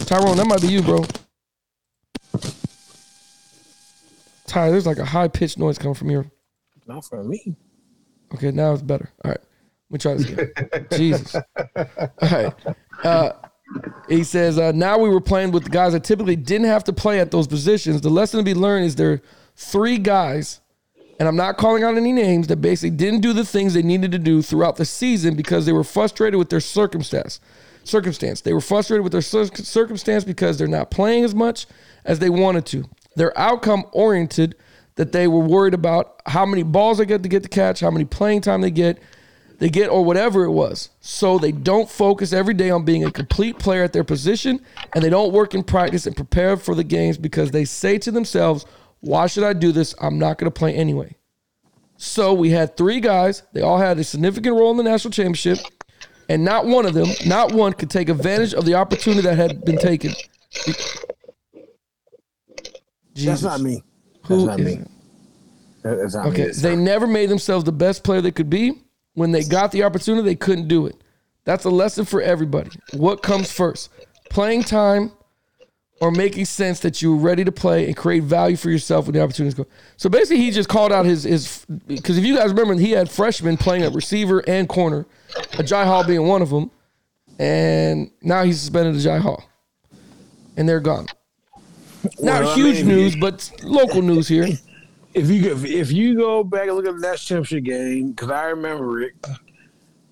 Tyrone, that might be you, bro. Ty, there's like a high pitched noise coming from your. Not for me. Okay, now it's better. All right, let me try this again. Jesus. All right. Uh, he says, uh, now we were playing with the guys that typically didn't have to play at those positions. The lesson to be learned is there are three guys, and I'm not calling out any names, that basically didn't do the things they needed to do throughout the season because they were frustrated with their circumstance. Circumstance. They were frustrated with their cir- circumstance because they're not playing as much as they wanted to. They're outcome oriented that they were worried about how many balls they get to get to catch, how many playing time they get, they get or whatever it was. So they don't focus every day on being a complete player at their position and they don't work in practice and prepare for the games because they say to themselves, why should I do this? I'm not going to play anyway. So we had three guys. They all had a significant role in the national championship, and not one of them, not one, could take advantage of the opportunity that had been taken. That's not me. That's Who not is me. it? That- That's not Okay. me. They never made themselves the best player they could be. When they got the opportunity, they couldn't do it. That's a lesson for everybody. What comes first? Playing time or making sense that you were ready to play and create value for yourself when the opportunities go. So basically, he just called out his his because if you guys remember, he had freshmen playing at receiver and corner, Ajay Hall being one of them, and now he's suspended Ajay Hall, and they're gone. Not Well, I huge mean- news, but local news here. if you go, if you go back and look at the national championship game, because I remember it,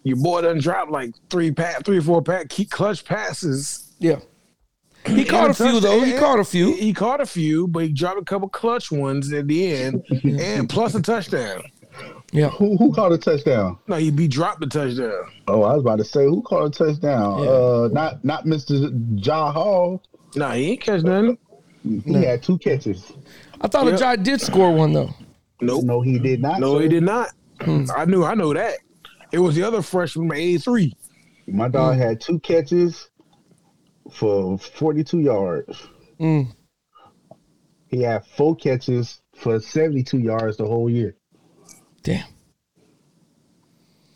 your boy done dropped like three pat, three or four pat, key clutch passes. Yeah. He caught a few touched- though. He and- caught a few. He caught a few, but he dropped a couple clutch ones at the end, and plus a touchdown. Yeah. Who who called a touchdown? No, he be dropped the touchdown. Oh, I was about to say who called a touchdown. Yeah. Uh, not not Mr. Ja Hall. Nah, he ain't catch nothing. He had two catches. I thought Yep. a Ajay did score one though. Nope. No, he did not. No, sir. he did not. I knew. I know that. It was the other freshman, A three. My dog Mm. had two catches for 42 yards. Mm. He had four catches for 72 yards the whole year. Damn.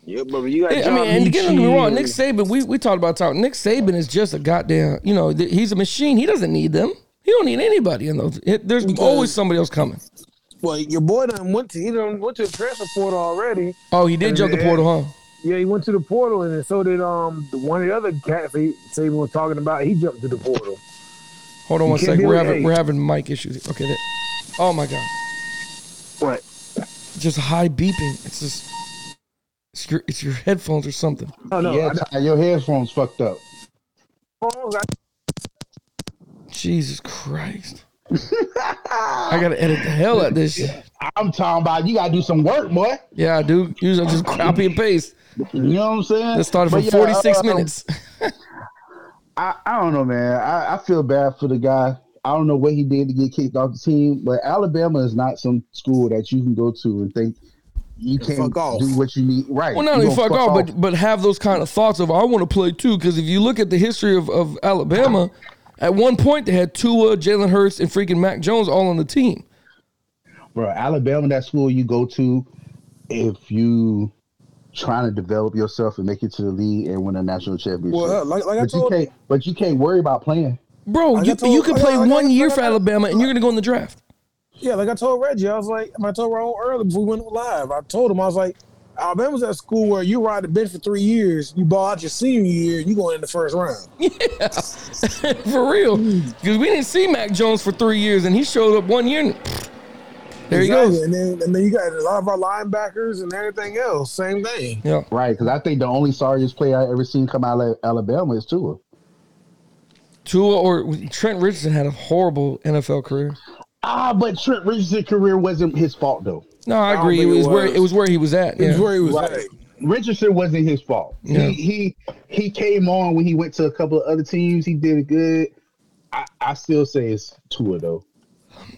Yeah, but you got. Yeah, I mean, and get me wrong. Nick Saban, we, we talked about talk. Nick Saban is just a goddamn. You know, th- he's a machine. He doesn't need them. He don't need anybody in those. It, there's always somebody else coming. Well, your boy done went to he done went to the transfer portal already. Oh, he did jump the portal, huh? Yeah, he went to the portal, and then so did um the one of the other cats he Saban was talking about. He jumped to the portal. Hold on one can't second. hear We're it. having Hey. we're having mic issues. Okay. That, oh my god. What? Just high beeping. It's just. It's your it's your headphones or something. Oh no, yeah, I Ty, your headphones fucked up. phones. I, Jesus Christ. I gotta edit the hell out of this shit. I'm talking about you got to do some work, boy. Yeah, I do. Usually I just copy and paste. You know what I'm saying? That started for But yeah, 46 uh, minutes. I, I don't know, man. I, I feel bad for the guy. I don't know what he did to get kicked off the team, but Alabama is not some school that you can go to and think you can fuck off. do what you need. Right. Well, not You only gonna fuck off, but but have those kind of thoughts of I want to play too. Because if you look at the history of, of Alabama, at one point they had Tua, Jalen Hurts, and freaking Mac Jones all on the team. bro, Alabama, that school you go to if you trying to develop yourself and make it to the league and win a national championship. well, hell, like, like I but you told you, can't, but you can't worry about playing. Bro, I you, got you told- could I play got- I got- one year I for got- Alabama and you're gonna go in the draft. yeah, like I told Reggie, I was like, I told Raul earlier before we went live. I told him I was like, Alabama's at school where you ride the bench for three years, you ball out your senior year, you going in the first round. for real. Because we didn't see Mac Jones for three years and he showed up one year and there he Exactly. goes. And then, and then you got a lot of our linebackers and everything else. Same thing. Yeah. Right, because I think the only sorriest player I ever seen come out of Alabama is Tua. Tua or Trent Richardson had a horrible NFL career. Ah, but Trent Richardson's career wasn't his fault though. No, I don't agree. It think it was where was. it was where he was at. It's yeah. where he was Right. at. Richardson wasn't his fault. Yeah. He, he he came on when he went to a couple of other teams. He did it good. I, I still say it's Tua though.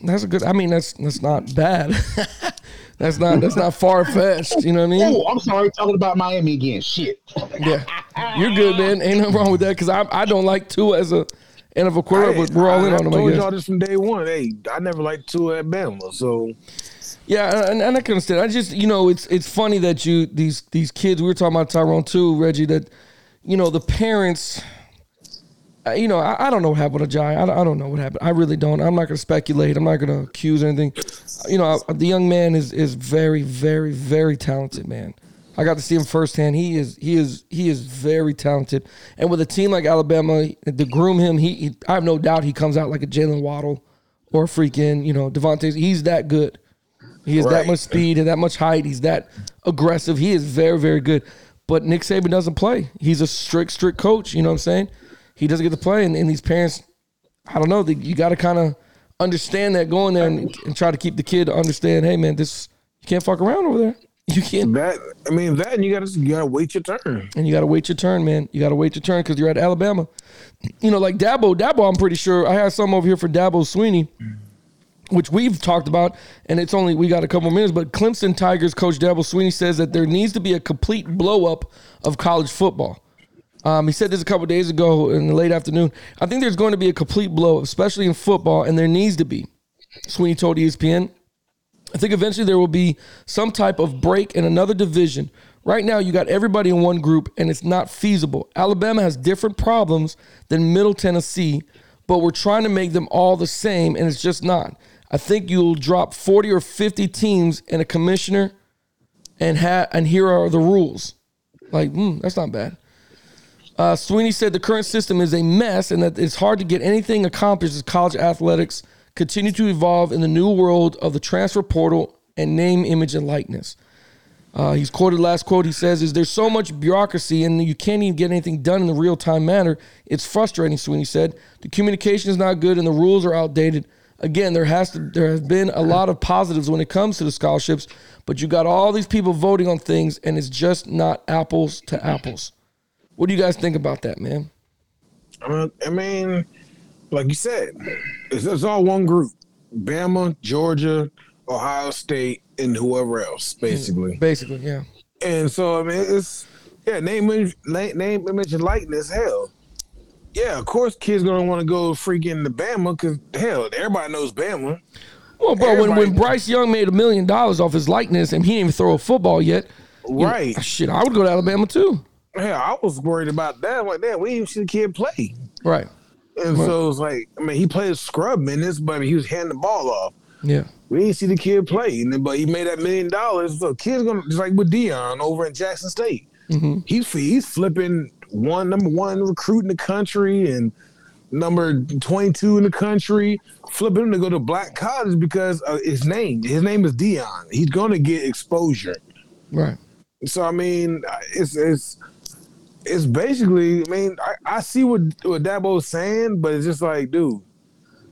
That's a good. I mean, that's that's not bad. that's not that's not far fetched. You know what I mean? Oh, I'm sorry, talking about Miami again. Shit. Yeah, you're good, man. Ain't nothing wrong with that because I I don't like Tua as a NFL quarterback, but we're all in I, on him. I I told guess. y'all this from day one. Hey, I never liked Tua at Bama, so Yeah, and, and I can understand. I just you know it's it's funny that you these these kids we were talking about Tyrone too, Reggie. That you know the parents. uh, You know, I, I don't know what happened to Jai. I, don't- I don't know what happened. I really don't. I'm not going to speculate. I'm not going to accuse anything. You know, I, the young man is is very, very, very talented, man. I got to see him firsthand. He is he is he is very talented. And with a team like Alabama to groom him, he, he I have no doubt he comes out like a Jalen Waddle or a freaking you know Devontae. He's that good. He has that Right. much speed and that much height. He's that aggressive. He is very, very good. But Nick Saban doesn't play. He's a strict, strict coach. You know what I'm saying? He doesn't get to play. And, and these parents, I don't know. They, you got to kind of understand that going there and, and try to keep the kid to understand. Hey, man, this you can't fuck around over there. You can't. that I mean that, and you gotta you gotta wait your turn. And you got to wait your turn, man. You got to wait your turn because you're at Alabama. You know, like Dabo. Dabo, I'm pretty sure I had some over here for Dabo Sweeney. which we've talked about, and it's only we got a couple minutes. But Clemson Tigers coach Dabo Sweeney says that there needs to be a complete blow up of college football. Um, he said this a couple days ago in the late afternoon. I think there's going to be a complete blow up, especially in football, and there needs to be. Sweeney told E ESPN. I think eventually there will be some type of break in another division. Right now, you got everybody in one group, and it's not feasible. Alabama has different problems than Middle Tennessee, but we're trying to make them all the same, and it's just not. I think you'll drop 40 or 50 teams and a commissioner, and ha- and here are the rules. Like, mm, that's not bad. Uh, Sweeney said the current system is a mess and that it's hard to get anything accomplished as college athletics continue to evolve in the new world of the transfer portal and name, image, and likeness. Uh, he's quoted last quote. He says, "Is there's so much bureaucracy and you can't even get anything done in the real time manner? It's frustrating." Sweeney said, "The communication is not good and the rules are outdated. again, there has to there has been a lot of positives when it comes to the scholarships, but you got all these people voting on things, and it's just not apples to apples. What do you guys think about that, man? I mean, I mean like you said, it's, it's all one group: Bama, Georgia, Ohio State, and whoever else, basically. Basically, yeah. Hmm. And so I mean, it's yeah, name image, na- name image and likeness. Hell, yeah, of course, kids gonna want to go freaking to Bama because hell, everybody knows Bama. Well, bro, when, when Everybody- Bryce Young made a million dollars off his likeness and he didn't even throw a football yet, you know, Right. shit, I would go to Alabama too. Hell, I was worried about that. I'm like, damn, we didn't even see the kid play. Right. And so it's like, I mean, he played scrub minutes, but he was handing the ball off. Yeah. We didn't see the kid play, and then, but he made that million dollars. So kids gonna just like with Dion over in Jackson State. He's he's flipping one number one recruit in the country and number twenty two in the country, flipping him to go to black college because of his name. His name is Dion. He's gonna get exposure. Right. So I mean, it's it's it's basically. I mean, I, I see what what Dabo's saying, but it's just like, dude,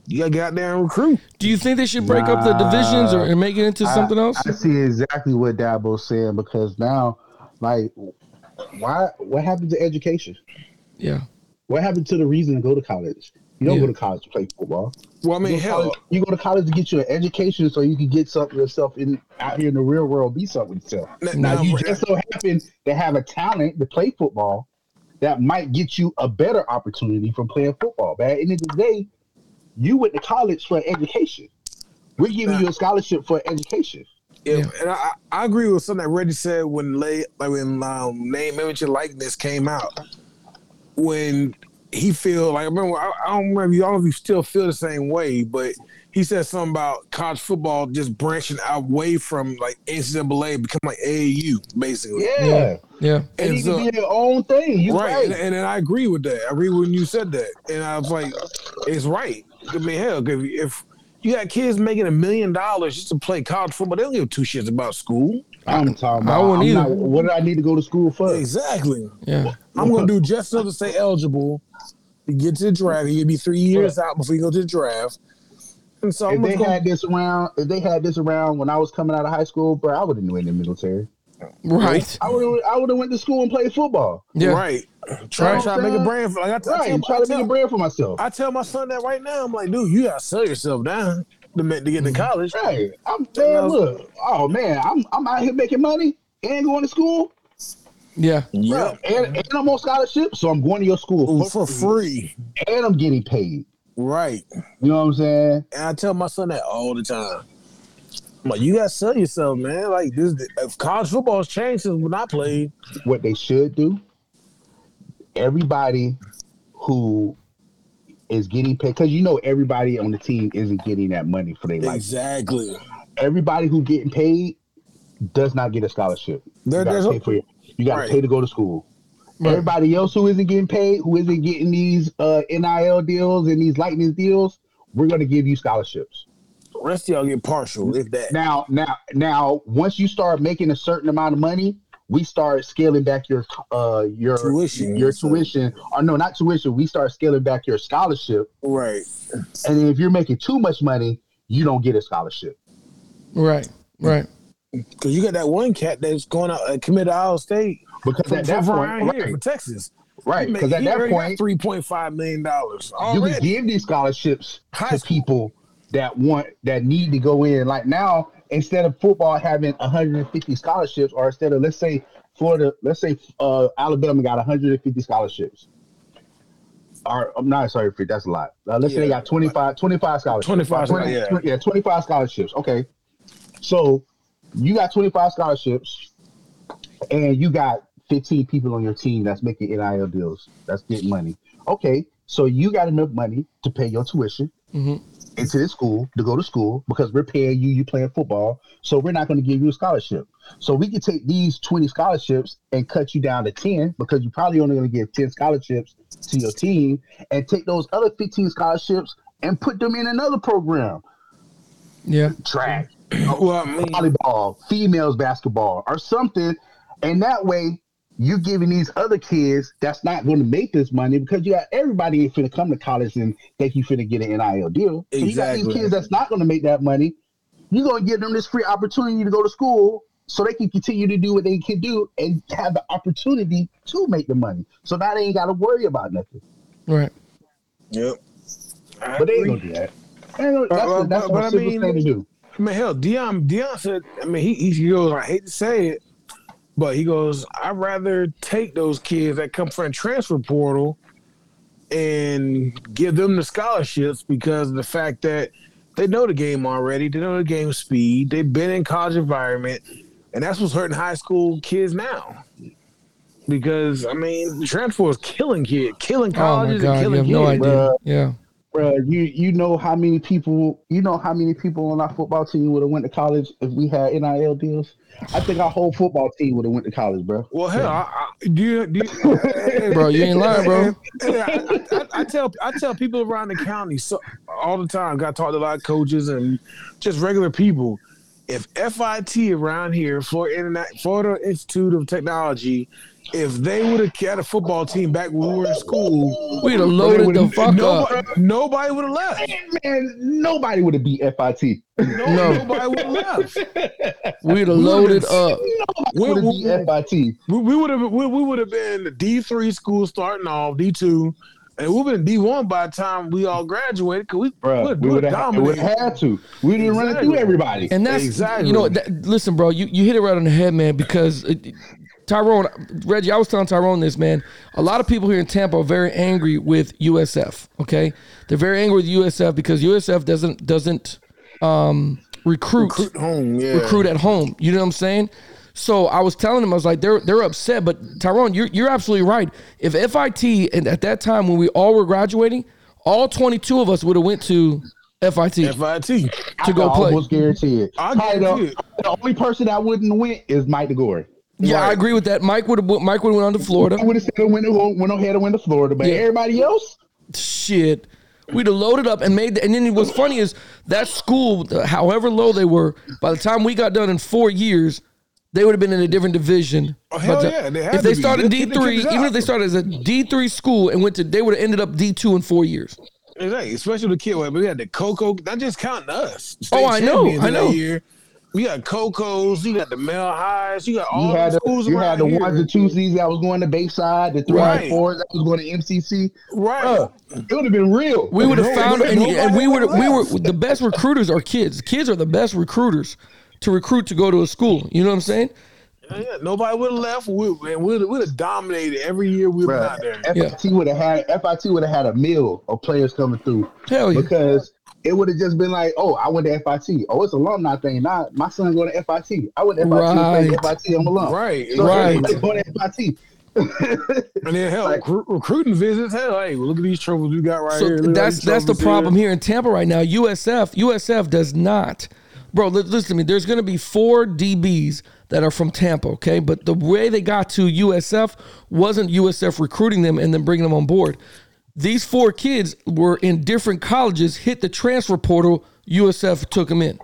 you gotta get out there and recruit. Do you think they should break up the Nah. divisions or and make it into something I- else? I see exactly what Dabo's saying because now, like, why? What happened to education? yeah. What happened to the reason to go to college? You don't Yeah. go to college to play football. Well, I You mean, go to hell, college- you go to college to get you an education so you can get something yourself in out here in the real world, be something yourself. n- Now now, you just so happen to have a talent to play football that might get you a better opportunity from playing football. But at the end of the day, you went to college for education. We're giving you a scholarship for education. yeah, yeah. and I, I agree with something that Reggie said when late, like when um, name, image, and likeness came out. When he feel like I remember, I, I don't remember y'all if you still feel the same way, but he said something about college football just branching away from like NCAA, become like AAU, basically. Yeah. Yeah. Yeah. And, And you so- can be your own thing. You right, right. And, and then I agree with that. I agree when you said that, and I was like, it's right. I mean, hell, 'cause if, you got kids making a million dollars just to play college football, they don't give two shits about school. I'm talking I about. wouldn't I'm either. not- what did I need to go to school for? Exactly. Yeah. I'm gonna do just enough to stay eligible to get to the draft. You'll be three years out before you go to the draft. And so If I'm they just gonna, had this around, if they had this around when I was coming out of high school, bro, I would have went in the military. Right. I would I would have went to school and played football. Yeah. right. Try, Right. try to make a brand. For, like I, t- I Right, tell, try I to tell- make a brand for myself. I tell my son that right now. I'm like, dude, you gotta sell yourself down to, ma- to get into college. Mm-hmm. Right. I'm man, look. Oh man, I'm I'm out here making money and going to school. Yeah. Bruh, And, and I'm on scholarship, so I'm going to your school for free. and I'm getting paid. Right. You know what I'm saying? And I tell my son that all the time. I'm like, you gotta sell yourself, man. Like this if college football's changed since when I played. What they should do, everybody who is getting paid, because you know everybody on the team isn't getting that money for their life. Exactly. Everybody who getting paid does not get a scholarship. There- you gotta there's a- pay for it. You gotta Right. pay to go to school. Right. Everybody else who isn't getting paid, who isn't getting these uh, NIL deals and these lightning deals, we're gonna give you scholarships. Rest of y'all get partial, if that. Now, now, now, once you start making a certain amount of money, we start scaling back your uh your Tuition. your tuition, or no, not tuition. We start scaling back your scholarship, Right. and then if you're making too much money, you don't get a scholarship. Right. Right. Cause you got that one cat that's going out uh, commit to Ohio State Because from, at that from point, around here, from right, Texas. right, because at that point, three point five million dollars you already. can give these scholarships High to school. people that want that need to go in. Like now, instead of football having 150 scholarships, or instead of let's say Florida, let's say uh, Alabama got 150 scholarships. Or I'm not sorry, for that's a lot. Uh, let's say they Yeah. got 25, 25 scholarships. 25, 20 yeah. 20 yeah, 25 scholarships. Okay, so you got 25 scholarships, and you got 15 people on your team that's making NIL deals, that's getting money. Okay, so you got enough money to pay your tuition Mhm. into this school to go to school because we're paying you, you playing football, so we're not going to give you a scholarship. So we can take these 20 scholarships and cut you down to 10 because you're probably only going to give 10 scholarships to your team and take those other 15 scholarships and put them in another program Yeah. track, well, I mean, volleyball, females basketball, or something. And that way, you giving these other kids that's not going to make this money because you got everybody ain't finna come to college and think you finna get an NIL deal. So you got Exactly. these kids that's not going to make that money. You're going to give them this free opportunity to go to school so they can continue to do what they can do and have the opportunity to make the money. So now they ain't got to worry about nothing. Right. Yep. I But they ain't agree. going to do that. They ain't gonna- That's, But- what- that's but- what but I a simple mean- thing to do. I mean, hell, Dion, Dion said. I mean, he, he goes. I hate to say it, but he goes. I'd rather take those kids that come from the transfer portal and give them the scholarships because of the fact that they know the game already. They know the game speed. They've been in college environment, and that's what's hurting high school kids now. Because I mean, the transfer is killing kids, killing Oh my colleges, and God, you killing have kids. no idea. bruh. Yeah. Bruh, you you know how many people you know how many people on our football team would have went to college if we had NIL deals. I think our whole football team would have went to college, bro. Well, hell, I, I, do you, do you, Bro, you ain't lying, bro. Yeah, I, I, I tell I tell people around the county so, all the time. Got talked to a lot of coaches and just regular people. If FIT around here, Florida, Internet, Florida Institute of Technology, if they would have had a football team back when we were in school, We'd have loaded the would've- fuck nobody, up. Nobody would have left. Man, nobody would have beat FIT. No, No. Nobody would have left. We'd have would've loaded s- up. We- Would have beat we- FIT. We, we would have we, we would have been D three school starting off D two, and we would have been D one by the time we all graduated. Cause we Bro, would've- we would have dominated. had to. We didn't run it through Exactly. everybody. And that's Exactly. you know that, listen, bro, you, you hit it right on the head, man. Because it, Tyrone, Reggie, I was telling Tyrone this, man. A lot of people here in Tampa are very angry with USF. Okay, they're very angry with USF because USF doesn't doesn't um, recruit recruit home. Yeah, recruit at home. You know what I'm saying? So I was telling him, I was like, they're they're upset, but Tyrone, you're you're absolutely right. If FIT and at that time when we all were graduating, all 22 of us would have went to FIT FIT. to I go play. almost guarantee it. I Probably guarantee the- it. The only person that wouldn't have went is Mike DeGore. Yeah, I Right. agree with that. Mike would have Mike would have went on to Florida. I would have said went went ahead and went to Florida, but Yeah. everybody else, Shit, we'd have loaded up and made. The, and then what's funny is that school, however low they were, by the time we got done in four years, they would have been in a different division. Oh, hell But the- yeah, they had if to they be. started They- D they three, kicked us even out. if they started as a D three school and went to, they would have ended up D two in four years. Exactly. Especially the kid. We had the Coco. Not just counting us. Oh, I know, champions I in know. That year. We got Cocos. You got the Mel Highs. You got you all had the the, schools you had around the here. ones and twosies that was going to Bayside, the three Right. and fours that was going to MCC. Right. Bruh, it would have been real. We would have No, found, no, and, nobody and we would would've we were left. the best recruiters are kids. Kids are the best recruiters to recruit to go to a school. You know what I'm saying? Yeah, yeah. Nobody would have left. We would would have dominated every year we've been out there. Bruh, FIT would have had FIT would have had a mill of players coming through Hell yeah. because it would have just been like, oh, I went to FIT. Oh, it's alumni thing. Nah, my son going to FIT. I went to FIT, Right. played FIT. I'm alum. Right. so Right. everybody Going to FIT. And then hell, Like- recru- recruiting visits. Hell, hey, look at these trophies we got right so here. Look at that's these that's the trophies problem here in Tampa right now. USF USF does not, bro. li- Listen to me. There's going to be four DBs that are from Tampa. Okay, but the way they got to USF wasn't USF recruiting them and then bringing them on board. These four kids were in different colleges, hit the transfer portal. USF took them in.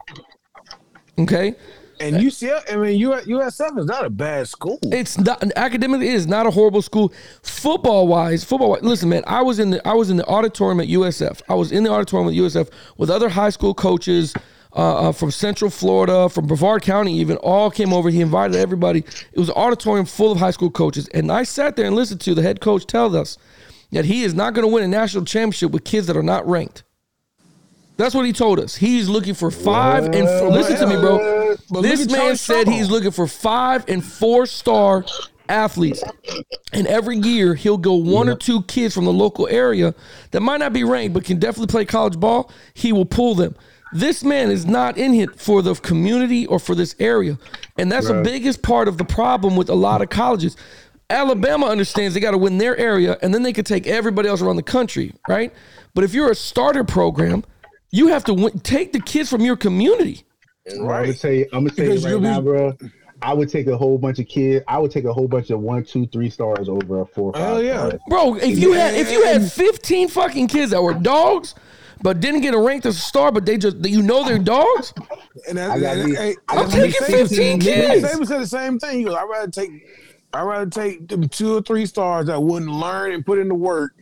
Okay, And UCF. I mean, U- USF is not a bad school. it's not academically it is not a horrible school football wise football wise, listen man i was in the i was in the auditorium at usf i was in the auditorium at usf with other high school coaches uh, uh, from central florida from brevard county even all came over he invited everybody it was an auditorium full of high school coaches and i sat there and listened to the head coach tell us that he is not going to win a national championship with kids that are not ranked that's what he told us. He's looking for five and f- listen to me, bro. But This look at man Charles said Strong. he's looking for five and four star athletes, and every year he'll go one or two kids from the local area that might not be ranked but can definitely play college ball. He will pull them. This man is not in it for the community or for this area, and that's the biggest part of the problem with a lot of colleges. Alabama understands they got to win their area, and then they can take everybody else around the country, right? But if you're a starter program, you have to win, take the kids from your community. I'm gonna tell you. I'm gonna tell you Because right you'll be- now, bro. I would take a whole bunch of kids. I would take a whole bunch of one, two, three stars over a four. Hell five yeah. stars. Bro, if you had if you had 15 fucking kids that were dogs but didn't get ranked as a star, but they just you know they're dogs, And I that, got that, these- hey, I I'm got taking these Saban said- 15 kids. Saban said the same thing. He goes, I'd rather take I'd rather take them two or three stars that wouldn't learn and put in the work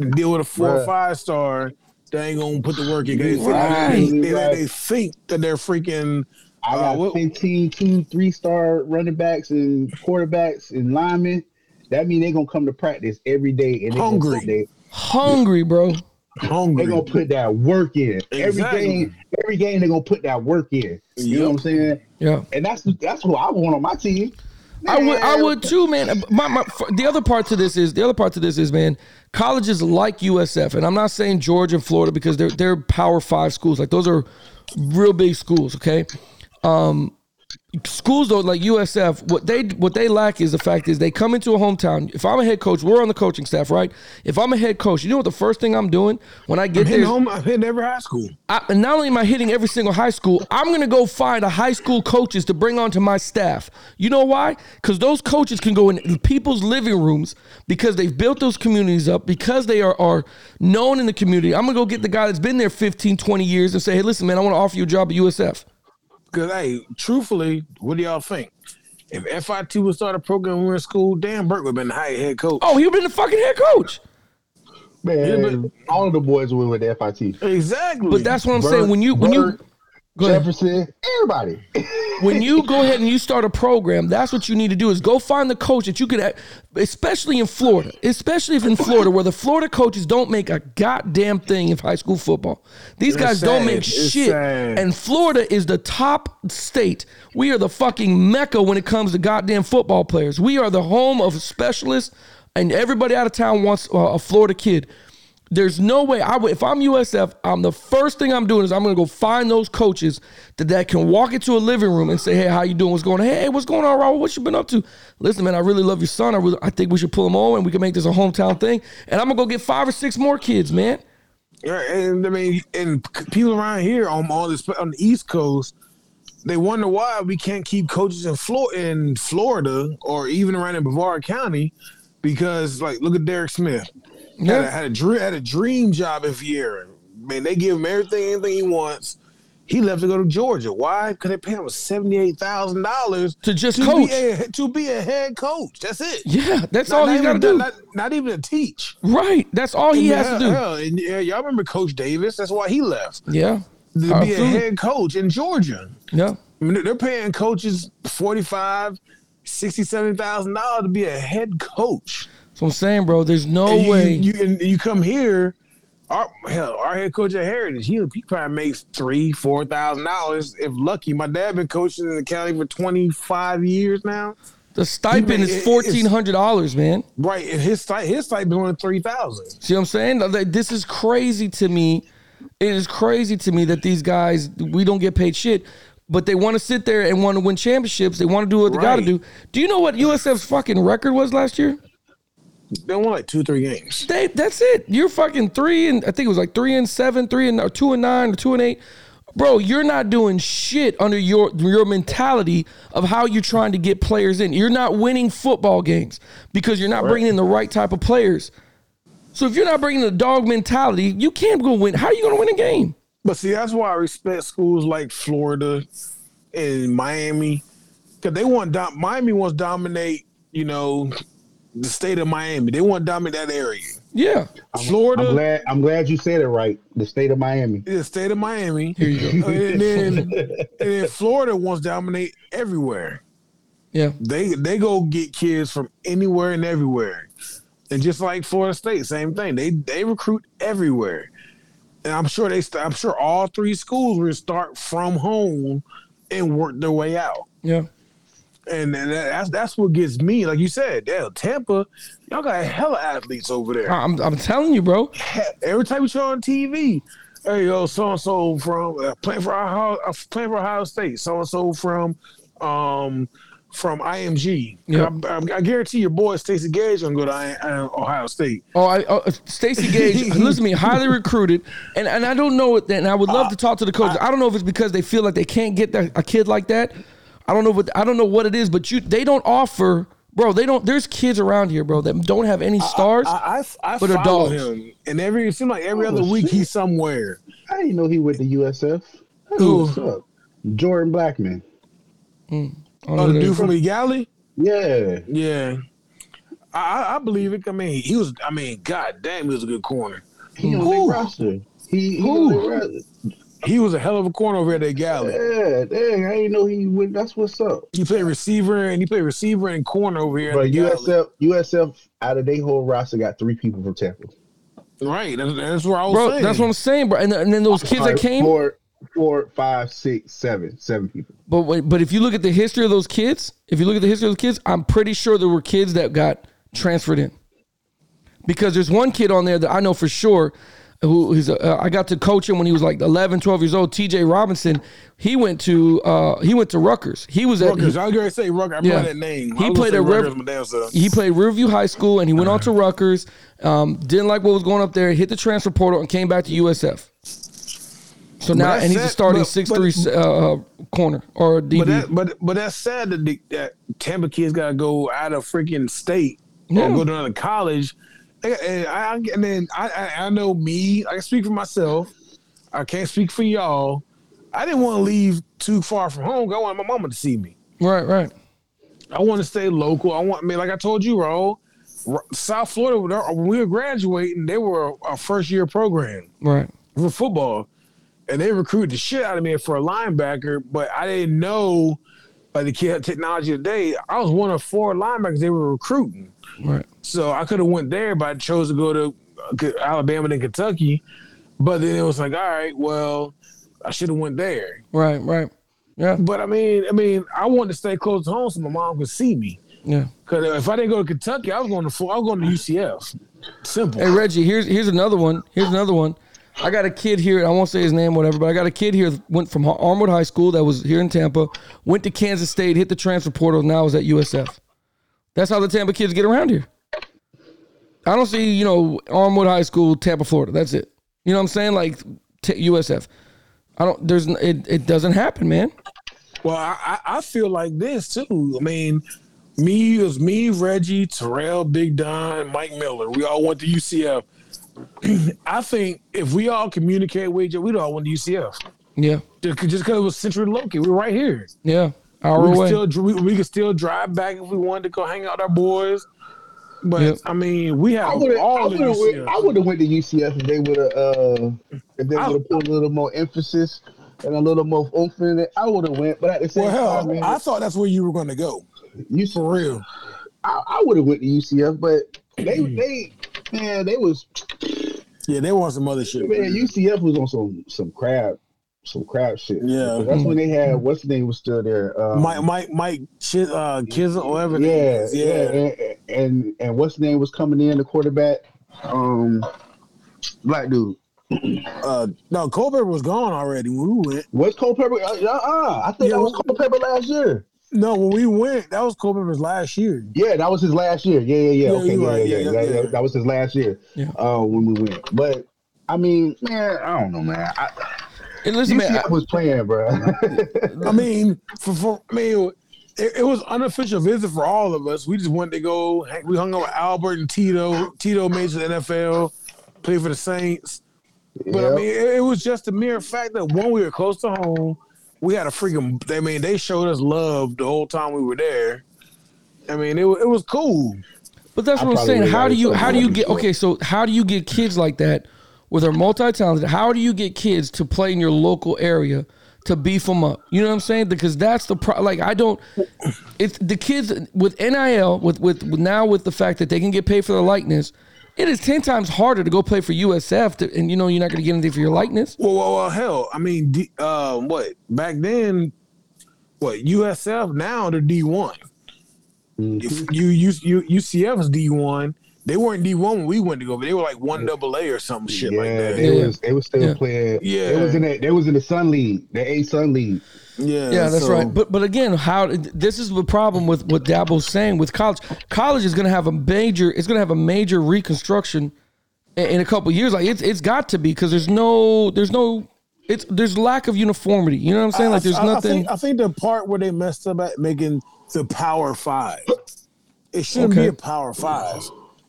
than deal with a four or Right. five star that ain't gonna put the work in. They, think- Right. they, they- Right. they think that they're freaking. I uh, got what- 15, two, three star running backs and quarterbacks and linemen. That mean they're gonna come to practice every day and they gonna Hungry. put they, Hungry, bro. hungry. they gonna put that work in. Exactly. Every game, every game they're gonna put that work in. You know what I'm saying? Yeah. And that's that's who I want on my team. I would, I Man, would too, man. My, my, f- the other part to this is the other part to this is, man. Colleges like USF, and I'm not saying Georgia and Florida because they're they're Power Five schools. Like those are real big schools. Okay, um, schools though like USF, what they what they lack is the fact is they come into a hometown. If I'm a head coach, we're on the coaching staff, right? If I'm a head coach, you know what the first thing I'm doing when I get hitting there, home. I'm hitting every high school. I, and not only am I hitting every single high school, I'm gonna go find a high school coaches to bring onto my staff. You know why? Because those coaches can go in people's living rooms because they've built those communities up, because they are, are known in the community. I'm gonna go get the guy that's been there 15, 20 years and say, hey, listen, man, I wanna offer you a job at USF. Because hey, truthfully, what do y'all think? If FIT would start a program when we were in school, Dan Burke would have been the high head coach. Oh, he'd been the fucking head coach. man, Yeah, all the boys went with FIT. exactly. But that's what I'm Bert- saying. When you when you Bert, go ahead. Jefferson, everybody. when you go ahead and you start a program, that's what you need to do is go find the coach that you could, especially in Florida, especially if in Florida where the Florida coaches don't make a goddamn thing of high school football. These It's guys don't sad. make It's shit, sad. and Florida is the top state. We are the fucking mecca when it comes to goddamn football players. We are the home of specialists, and everybody out of town wants uh, a Florida kid. There's no way I would. If I'm USF, I'm the first thing I'm doing is I'm gonna go find those coaches that, that can walk into a living room and say, "Hey, how you doing? What's going on? Hey, what's going on, Robert? What you been up to? Listen, man, I really love your son. I really, I think we should pull him on and we can make this a hometown thing. And I'm gonna go get five or six more kids, man. Yeah, and I mean, and c- people around here on all this on the East Coast, they wonder why we can't keep coaches in Flor in Florida or even around in Brevard County, because like look at Derek Smith, had a, Yeah, had a dream had a dream job in Vieira. Man, they give him everything, anything he wants. He left to go to Georgia. Why? Because they pay him seventy eight thousand dollars To just be coach. a, to be a head coach. That's it. yeah, that's Not- all not he's gotta even- do. Not, not even to teach. Right, that's all he has to Hell, do. hell, and, yeah, y'all remember Coach Davis? That's why he left Yeah, to be a Absolutely. head coach in Georgia. yeah, I mean, they're paying coaches forty five, sixty seven thousand dollars to be a head coach. that's what I'm saying, bro. There's no And you, way. You, and you come here. Our hell, our head coach at Heritage, he, he probably makes three, four thousand dollars if lucky. My dad been coaching in the county for twenty five years now. the stipend is it- it's- fourteen hundred dollars, man. Right, and his site his site been on three thousand. See what I'm saying? Like, This is crazy to me. It is crazy to me that these guys we don't get paid shit, but they want to sit there and want to win championships. They want to do what they got to Right. do. Do you know what USF's fucking record was last year? They won like two, three games. They that's it. You're fucking three and I think it was like three and seven, three and or two and nine, or two and eight. Bro, you're not doing shit under your your mentality of how you're trying to get players in. You're not winning football games because you're not bringing in the right type of players. So if you're not bringing the dog mentality, you can't go win. How are you going to win a game? But see, that's why I respect schools like Florida and Miami, because they want dom- Miami wants to dominate. You know, the state of Miami. They want to dominate that area. Yeah, Florida, I'm glad I'm glad you said it right. The state of Miami. the state of Miami, here you go. and then and then Florida wants to dominate everywhere. Yeah, They they go get kids from anywhere and everywhere, and just like Florida State, same thing. They they recruit everywhere, and I'm sure they st- I'm sure all three schools will start from home and work their way out. yeah, And, and that- that's that's what gets me. Like you said, yeah, Tampa, y'all got hella athletes over there. I- I'm, I'm telling you, bro. Every time you turn on TV, hey yo, so and so from uh, playing for Ohio, uh, playing for Ohio State, so and so from um from IMG. Yeah. I, I, I guarantee your boy Stacy Gage gonna go to I, uh, Ohio State. Oh, I, oh Stacy Gage, listen to me, highly recruited, and and I don't know it. And I would love to talk to the Uh, coach. I, don't know if it's because they feel like they can't get that, a kid like that. I don't know what I don't know what it is, but you they don't offer, bro. They don't. There's kids around here, bro, that don't have any stars. I I, I But they're follow dogs. him, and every it seems like every Oh, other week shit. he's somewhere. I didn't know he went to USF. Hey, Who? What's up? Jordan Blackman. I don't know Oh, who the that dude is. from Egali? Yeah. Yeah. I, I- I believe it. I mean, he was. I mean, god damn, he was a good corner. He on Who? their roster. He, he Who? on their roster. He was a hell of a corner over at that galley. Yeah, dang, I didn't know he went. That's what's up. He played receiver and he played receiver and corner over here. at But the Galley. USF, USF out of their whole roster got three people from Tampa. right? That's, that's what I was bro. saying. That's what I'm saying, bro. And, and then those kids that Like, came, Four, four, five, six, seven, seven people. but wait, but if you look at the history of those kids, if you look at the history of those kids, I'm pretty sure there were kids that got transferred in. Because there's one kid on there that I know for sure who is uh, I got to coach him when he was like 11, 12 years old. TJ Robinson, he went to uh, he went to Rutgers. He was at Rutgers. I was going to say Rutgers. I Yeah. remember that name. He I was played gonna at say Rev- Rutgers, my damn self. he played Riverview High School and he went on to Rutgers. Um, didn't like what was going up there. Hit the transfer portal and came back to USF. So now that's and he's a sad, starting but- six three uh, corner or DB. But that, but but that's sad that the, that Tampa kids got to go out of freaking state Yeah. or go to another college. And I, I- and then I, I I know me. I can speak for myself. I can't speak for y'all. I didn't want to leave too far from home. 'cause I wanted my mama to see me. right, right. I want to stay local. I want, I mean, like I told you, Ro, Ro- South Florida. when I- When we were graduating, they were a, a first year program Right. for football, and they recruited the shit out of me for a linebacker. But I didn't know, like the kid technology today, I was one of four linebackers they were recruiting. Right. So I could have went there, but I chose to go to uh, Alabama and Kentucky. But then it was like, all right, well, I should have went there. Right. Right. Yeah. But I mean, I mean, I wanted to stay close to home so my mom could see me. Yeah. Because if I didn't go to Kentucky, I was going to Flo- I was going to UCF. Simple. Hey Reggie, here's here's another one. Here's another one. I got a kid here. I won't say his name, whatever. But I got a kid here. that Went from Har- Armwood High School that was here in Tampa. Went to Kansas State. Hit the transfer portal. Now is at USF. That's how the Tampa kids get around here. I don't see you know Armwood High School, Tampa, Florida. That's it. You know what I'm saying? Like t- USF. I don't. There's n- it. It doesn't happen, man. Well, I, I I feel like this too. I mean, me it was me, Reggie, Terrell, Big Don, Mike Miller. We all went to UCF. I think if we all communicate with each other, we'd all went to UCF. Yeah. Just because it was centrally located, we're right here. Yeah. Our We could, way. still, dr- we, we could still drive back if we wanted to go hang out with our boys. But Yep. I mean, we have I would have all the UCF. I would have went to UCF if they would have uh, if they I- would have put a little more emphasis and a little more oomph in it. I would have went, but at the same well, time, man, hell, I thought that's where you were going to go UC for real. I, I would have went to UCF, but they Mm. they man they was Yeah, they want some other shit. man UCF was on some some crab some crab shit. Yeah. that's when they had what's his name was still there. Um, Mike, Mike, Mike, Chis, uh, Kizzle, whatever. it Yeah, is. yeah, and, and and what's his name was coming in the quarterback, um, black dude. Uh, no, Colbert was gone already when we went. Was Culpepper? Uh, uh, I think Yeah, that was what- Culpepper last year. No, when we went, that was Colbert's last year. Yeah, that was his last year. Yeah, yeah, yeah. Yeah, okay, you're yeah, right. yeah, Yeah, yeah, yeah, that- yeah. that- That was his last year. Yeah. Uh, when we went, but I mean, man, I don't know, man. I, And listen, man. UCF I- was playing, bro. I mean, for, for I mean, it, it was unofficial visit for all of us. We just wanted to go. hang- We hung out with Albert and Tito. Tito made it to the NFL, played for the Saints. But I Yep. mean, it, it was just a mere fact that one, we were close to home. We had a freaking. I mean, they showed us love the whole time we were there. I mean, it, wa- it was cool. But that's I what I'm probably saying. would've How do already you told how you do you that get before. okay? So how do you get kids like that, where they're multi talented? How do you get kids to play in your local area to beef them up? You know what I'm saying? Because that's the pro. Like I don't. It's the kids with NIL with with now with the fact that they can get paid for their likeness. It is ten times harder to go play for USF, to, and you know you're not going to get anything for your likeness. Well, well, well hell, I mean, D, uh, what back then? What USF now? They're D one. Mm-hmm. If You, you you UCF is D one. They weren't D one when we went to go. They were like one double A or some shit yeah, like that. they Yeah. was they was still Yeah. playing. Yeah. they was in that. They was in the Sun League, the A Sun League. yeah, Yeah, that's so- right. But but again, how this is the problem with what Dabo's saying with college. College is going to have a major. It's going to have a major reconstruction in, in a couple years. Like it's it's got to be because there's no there's no it's there's lack of uniformity. You know what I'm saying? Like there's I, I nothing. think, I think the part where they messed up at making the Power Five. It shouldn't Okay. be a Power Five.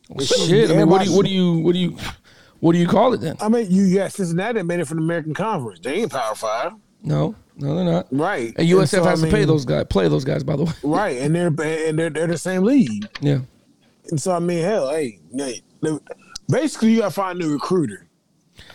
It should- Shit. I mean, what do you what everybody- do you what do you what do you call it then? I mean, you yeah, Cincinnati made it from the American Conference. They ain't Power Five. No. No, they're not. Right. And USF so, I has to pay mean, those guys, play those guys. By the way, Right, and they're and they're, they're the same league. yeah. And so I mean, hell, hey, hey, the- basically you gotta find a new recruiter.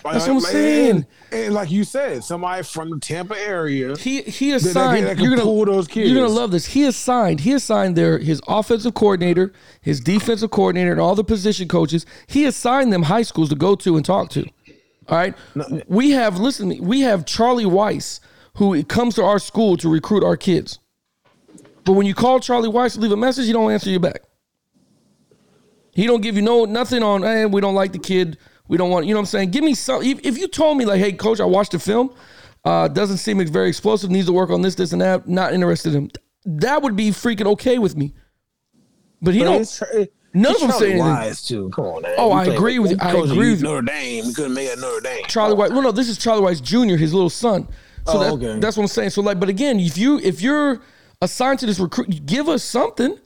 Like, That's what I'm like- saying. And, and like you said, somebody from the Tampa area. He he that assigned. can you're gonna pull those kids. You're gonna love this. He assigned. He assigned their his offensive coordinator, his defensive coordinator, and all the position coaches. He assigned them high schools to go to and talk to. All right. We have listen. to me, We have Charlie Weiss who comes to our school to recruit our kids. But when you call Charlie Weiss to leave a message, he don't answer you back. He don't give you no nothing on. Hey, we don't like the kid. We don't want. You know what I'm saying? Give me some. If, if you told me like, hey, coach, I watched the film. Uh, doesn't seem very explosive. Needs to work on this, this, and that. Not interested in. him. That would be freaking okay with me. But he But don't. it's- it- none it's of them say Charlie anything. Wise, too. Come on, man. Oh, You I played agree with you. I coach of agree with you. Notre Dame. We couldn't make it Notre Dame. Charlie White. Well, no, this is Charlie White's junior, his little son. So Oh, that's, okay. that's what I'm saying. So like, but again, if you if you're assigned to this recruit, give us something.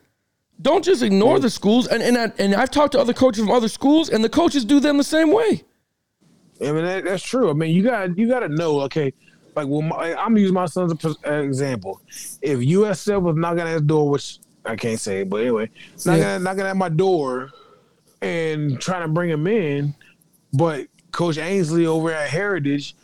Don't just ignore the schools. And and I, and I've talked to other coaches from other schools, and the coaches do them the same way. I mean, that, that's true. I mean, you got you got to know. Okay, like well, my, I'm gonna use my son as a pres- an example. If USF was knocking at his door, which I can't say, but anyway, knocking, Yeah. at, knocking at my door and trying to bring him in, but Coach Ainsley over at Heritage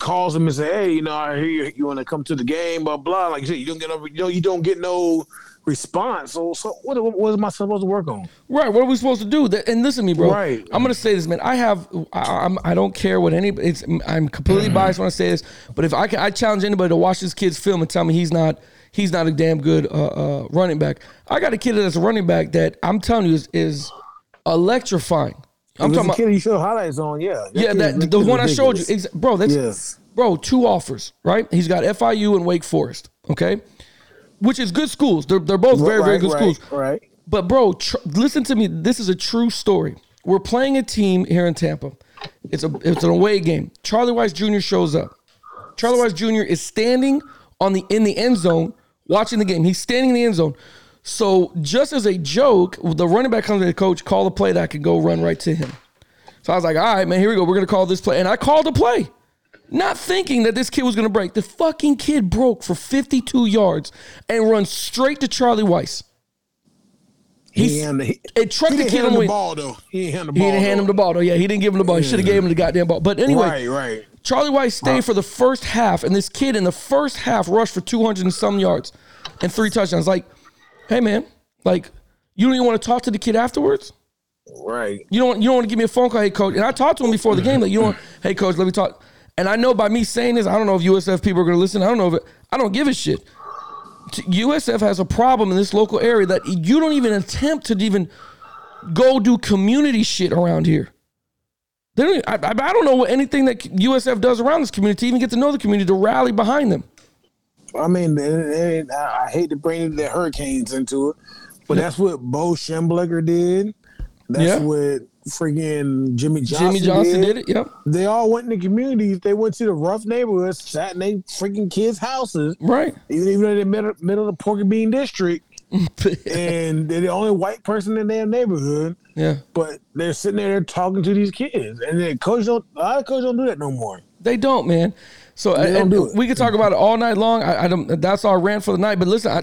calls him and say, "Hey, you know, I hear you, you want to come to the game, blah blah." Like you said, you don't get no, you know, you don't get no response. So, so what, what was my supposed to work on? Right. What are we supposed to do? That, and listen to me, bro. Right. I'm gonna say this, man. I have. I, I'm. I don't care what any. It's. I'm Mm-hmm. completely biased when I say this, but if I can, I challenge anybody to watch this kid's film and tell me he's not. He's not a damn good uh, uh, running back. I got a kid that's a running back that I'm telling you is, is electrifying. I'm talking If it's a about kid you show highlights on, yeah, yeah, kid- that, the kid's one I showed you, ridiculous. ex- bro. That's Yes. bro. Two offers, right? He's got FIU and Wake Forest, okay, which is good schools. They're they're both very very Right, good right, schools. Right. But bro, tr- listen to me. This is a true story. We're playing a team here in Tampa. It's a it's an away game. Charlie Weiss Jr. shows up. Charlie Weiss Jr. is standing on the in the end zone watching the game. He's standing in the end zone. So just as a joke, the running back comes to the coach, call the play that I can go run right to him. So I was like, all right, man, here we go. We're gonna call this play, and I called the play not thinking that this kid was going to break. The fucking kid broke for 52 yards and runs straight to Charlie Weiss. He, He handled- he- it trucked He the didn't kid hand on the him the way. ball though. He didn't hand him the He ball. didn't hand him the ball. though. Yeah, he didn't give him the ball. He should have gave him the goddamn ball. But anyway, Right, right. Charlie Weiss stayed for the first half, and this kid in the first half rushed for 200 and some yards and three touchdowns. Like, hey man, like you don't even want to talk to the kid afterwards. Right. You don't want- you don't want to give me a phone call, hey coach. And I talked to him before the game, like you don't, want- hey coach, let me talk. And I know by me saying this, I don't know if USF people are going to listen. I don't know if it, I don't give a shit. T- USF has a problem in this local area that you don't even attempt to even go do community shit around here. They don't. I, I I don't know what anything that USF does around this community to even get to know the community to rally behind them. I mean, and- and I I hate to bring the Hurricanes into it, but that's what Bo Schemblecker did. That's Yeah. what freaking Jimmy Johnson, Jimmy Johnson did it. Yep. They all went in the communities. They went to the rough neighborhoods, sat in their freaking kids' houses, Right. even even in the middle, middle of the Porky Bean district. And they're the only white person in their neighborhood. yeah. but they're sitting there talking to these kids, and then coach don't. A lot of coaches don't do that no more. They don't, man. So and- don't and do it. we could talk about it all night long. I, I don't. That's our rant for the night. But listen, I,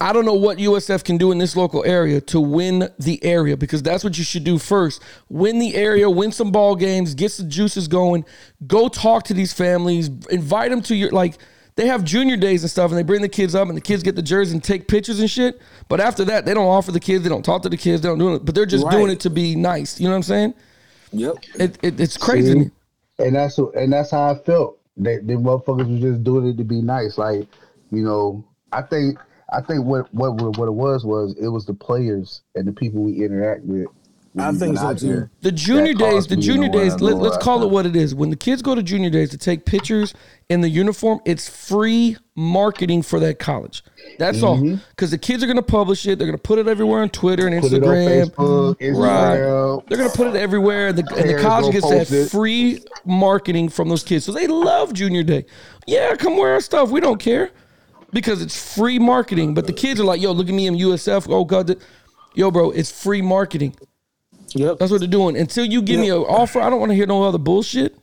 I don't know what USF can do in this local area to win the area because that's what you should do first. Win the area, win some ball games, get the juices going. Go talk to these families, invite them to your like. They have junior days and stuff, and they bring the kids up, and the kids get the jerseys and take pictures and shit. But after that, they don't offer the kids, they don't talk to the kids, they don't do it. But they're just doing Right. it to be nice. You know what I'm saying? Yep. It, it, it's crazy. See? and that's what- and that's how I felt. That the motherfuckers was just doing it to be nice. Like, you know, I think I think what what what it was was it was the players and the people we interact with. I when think we so, out too. there. The junior that days, caused the me to junior wanna days, let, go us out call it there. what it is. When the kids go to junior days to take pictures in the uniform, it's free marketing for that college. That's all. Because the kids are going to publish it. They're going to put it everywhere on Twitter and Mm-hmm. Put it on Instagram. Facebook, Instagram. They're going to put it everywhere. The, and the Parents college gonna gets that post it. free marketing from those kids. So they love junior day. Yeah, come wear our stuff. We don't care because it's free marketing. But the kids are like, yo, look at me. I'm USF. Oh, God. Yo, bro, it's free marketing. Yep. That's what they're doing. Until you give me an offer, I don't want to hear no other bullshit.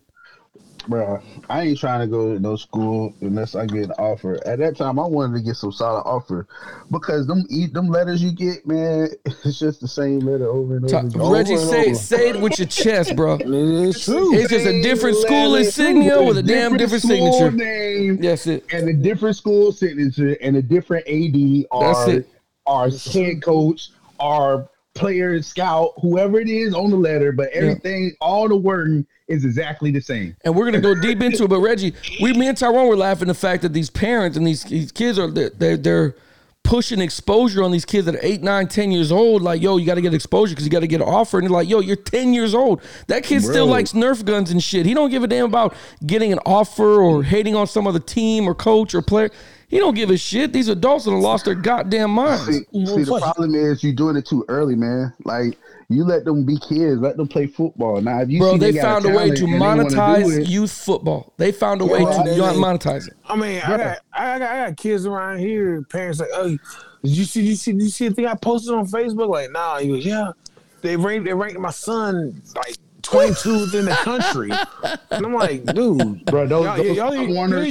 Bro, I ain't trying to go to no school unless I get an offer. At that time, I wanted to get some solid offer because them e- them letters you get, man, it's just the same letter over and over. Ta- again. Reggie, over and say over. it, say it with your chest, bro. It's true. It's just a different Same school letter, insignia with a damn different school signature. Name Yes, it. and a different school signature and a different AD That's or it. our head coach our player scout whoever it is on the letter, but everything all the wording is exactly the same. and we're gonna go deep into it. But Reggie, we, me and Tyrone were laughing the fact that these parents and these, these kids are they're, they're pushing exposure on these kids that are eight, nine, ten years old. Like, yo, you got to get exposure because you got to get an offer. And they're like, yo, you're ten years old. That kid still Bro. likes Nerf guns and shit. He don't give a damn about getting an offer or hating on some other team or coach or player. He don't give a shit. These adults that have lost their goddamn minds. See, see, the fuck. problem is you're doing it too early, man. Like you let them be kids, let them play football. Now, if you Bro, see they, got found a way talent to and they wanna do monetize it, youth football. They found a way to I didn't- monetize it. I mean, I got, I got, I got kids around here. Parents like, oh, did you see, you see, you see the thing I posted on Facebook? Like, nah. He goes, yeah. They ranked, they ranked my son like 22th in the country, and I'm like, dude, bro. Those, y'all, those, y'all, Pop y'all- Warner,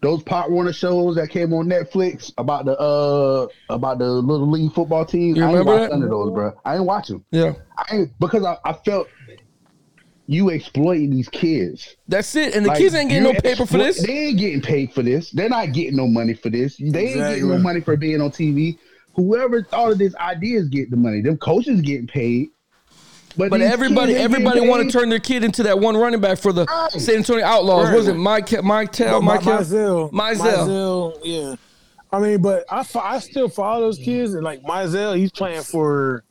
those Pop Warner shows that came on Netflix about the uh about the little league football team. You I ain't remember watched that? none of those, bro. I ain't watch them. Yeah. I ain't, because I, I felt you exploiting these kids. That's it. And the Like, kids ain't getting no you paper for explo- this. They ain't getting paid for this. They're not getting no money for this. They ain't getting no Exactly. money for being on TV. Whoever thought of this idea is getting the money. Them coaches getting paid. But these everybody, kids ain't everybody getting want to paid. turn their kid into that one running back for the Right. San Antonio Outlaws. What Was it Mike Michael My- Michael? Mizell. Mizell. Mizell, yeah. I mean, but I, fo- I still follow those kids, and like Mizell, he's playing for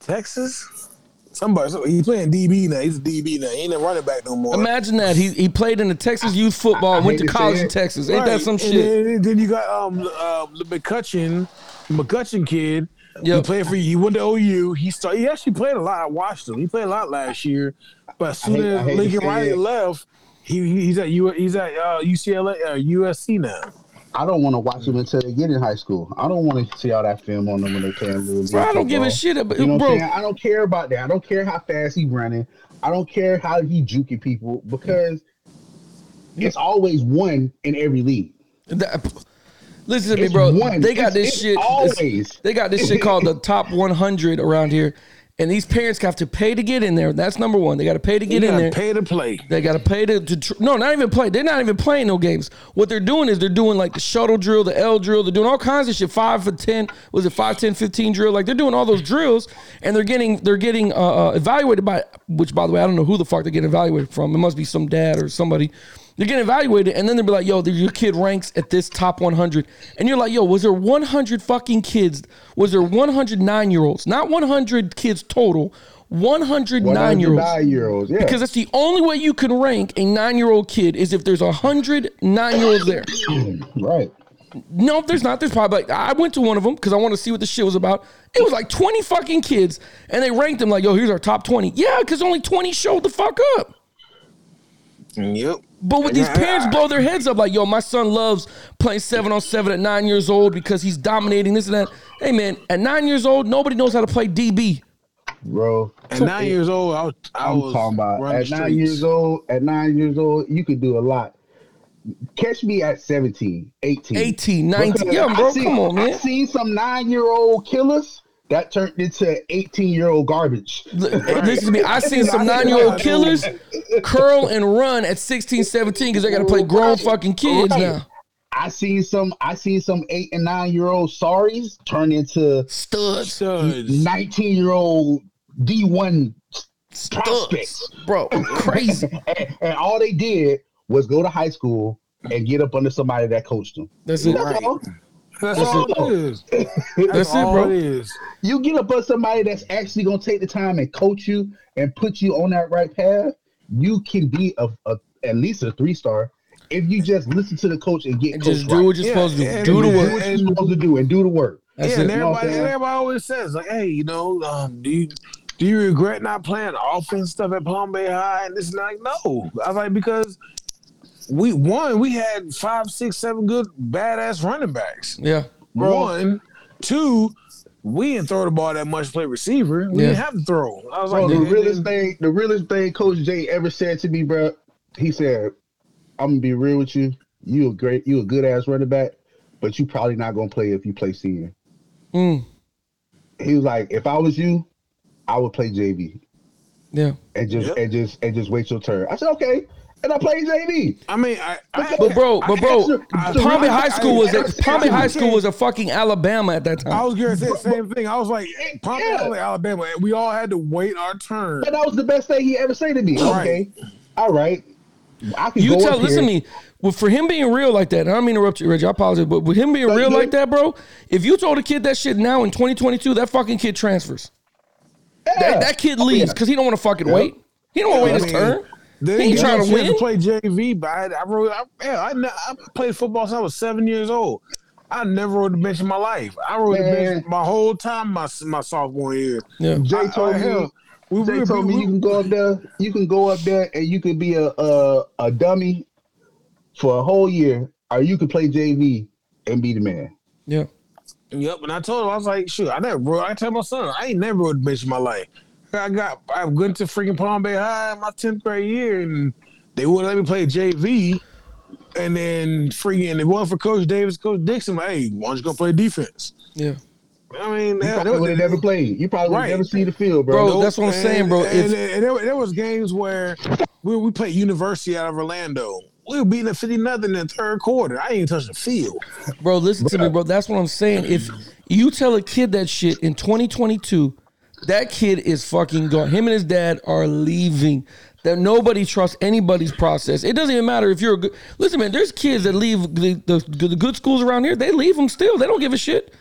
Texas. Somebody, so he's playing DB now. He's a DB now. He ain't a running back no more. Imagine that he he played in the Texas youth football, I- I went to hate to say college in it. Texas. Ain't that Right. some and shit? Then, then you got um uh, the McCutcheon, McCutcheon kid. He Yep. played for he went to OU. He started. He actually played a lot. I watched him. He played a lot last year. But as soon hate- I as hate to Lincoln say Riley it. left, he he's at U, he's at uh, UCLA uh, USC now. I don't want to watch them until they get in high school. I don't want to see all that film on them when they can't lose. Bro, I don't give a shit about You know what bro. I'm saying? I don't care about that. I don't care how fast he running. I don't care how he juking people because it's always one in every league. that- listen to me, It's bro. one. They got It's- this it's shit. always. this- They got this shit called the top 100 around here, and these parents have to pay to get in there. That's number one. They got to pay to You get in gotta there. pay to play. They got to pay to, to tr- no, not even play. They're not even playing no games. What they're doing is they're doing like the shuttle drill, the L drill. They're doing all kinds of shit. Five for ten was it five, ten, fifteen drill? Like they're doing all those drills, and they're getting they're getting uh, uh, evaluated by. Which by the way, I don't know who the fuck they're getting evaluated from. It must be some dad or somebody. They're getting evaluated, and then they'll be like, "Yo, the- your kid ranks at this top 100," and you're like, "Yo, was there 100 fucking kids? Was there 109 year olds? Not 100 kids total." 109 year olds Nine year olds. Yeah. because that's the only way you can rank a nine-year-old kid is if there's a hundred nine-year-olds there. right. No, there's not. There's probably like, I went to one of them because I want to see what the shit was about. It was like twenty fucking kids, and they ranked them like, "Yo, here's our top 20. Yeah, because only twenty showed the fuck up. Yep. But with these parents blow their heads up like, "Yo, my son loves playing seven on seven at nine years old because he's dominating this and that." Hey man, at nine years old, nobody knows how to play DB. Bro, At nine years old, I was, I I'm was talking about running at nine streets. years old, at nine years old, you could do a lot. Catch me at 17, 18. 18, 19. Yeah, I bro, seen- come on, I man. seen some nine year old killers that turned into 18 year old garbage. L- Listen to me. I seen some I nine think year old I do. killers curl and run at 16, 17 because they got to play grown Right. fucking kids Right. now. I seen some I seen some eight and nine year old sorries turn into Studs. Studs. 19 year old D1 Studs. Prospects. Bro, crazy. and, and all they did was go to high school and get up under somebody that coached them. That's it. That's all. That's That's all it. it is. That's it, all bro. it is. You get up with somebody that's actually gonna take the time and coach you and put you on that right path. You can be a, a at least a three star if you just listen to the coach and get And coached just right. do what you're supposed to Yeah, do. and- Do the Do work. what you're supposed to do and do the work. That's yeah, and it. know what I'm everybody, saying? everybody always says like, "Hey, you know, um, do you do you regret not playing offense stuff at Palm Bay High?" And it's like, no, I was like because we one we had five, six, seven good badass running backs. Yeah. One, two, we didn't throw the ball that much. to Play receiver, we Yeah. didn't have to throw. I was Bro, like, the "Nigga, realest thing, the realest thing Coach J ever said to me, bro, he said, "I'm gonna be real with you. You a great, you a good ass running back, but you probably not gonna play if you play senior." Mm, He was like, "If I was you, I would play JV yeah. and just Yep. and just and just wait your turn." I said, "Okay," and I played JV. I mean, I, I, But bro, I but bro, answered- I- Palm Bay I- High School was I- a, Palm Bay High School was a fucking Alabama at that I time. was gonna say the same thing. I was like, Pomp Yeah. Alabama, and we all had to wait our turn. And that was the best thing he ever said to me. Okay, all right, I can You go tell, up listen to here. me. Well, for him being real like that, and I don't mean to interrupt you, Reggie. I apologize, but with him being real you. like that, bro, if you told a kid that shit now in 2022, that fucking kid transfers. Yeah. That, that kid Oh, leaves because he don't want to fucking wait. He don't want to I wait his mean, turn. They He ain't didn't trying to get a chance win. play JV, but I, I wrote. I, yeah, I, ne- I played football since I was seven years old. I never rode the bench in my life. I rode the bench Man. my whole time my my sophomore year. Yeah. Jay I- told I- me. hell, we, Jay we, told we, me you can go up there. You can go up there and you could be a a, a dummy for a whole year, or you could play JV and be the man. Yeah. Yep, and I told him I was like, shoot, I never rode. I tell my son I ain't never rode the bench in my life. I got I went to freaking Palm Bay High in my tenth grade year, and they wouldn't let me play JV. And then freaking it wasn't for Coach Davis, Coach Dixon. Like, hey, why don't you go play defense? Yeah. I mean, You hell, probably they- would have never played. You probably would have Right. never seen the field, bro. Bro, Nope. that's what I'm And- saying, bro. And, If, and there, there was games where we, we played University out of Orlando. We were beating a fifty nothing in the third quarter. I ain't touched the field. bro, listen to me, bro. That's what I'm saying. If you tell a kid that shit in 2022, that kid is fucking gone. Him and his dad are leaving. That nobody trusts anybody's process. It doesn't even matter if you're a good. Listen, man. There's kids that leave the, the, the good schools around here. They leave them still. They don't give a shit.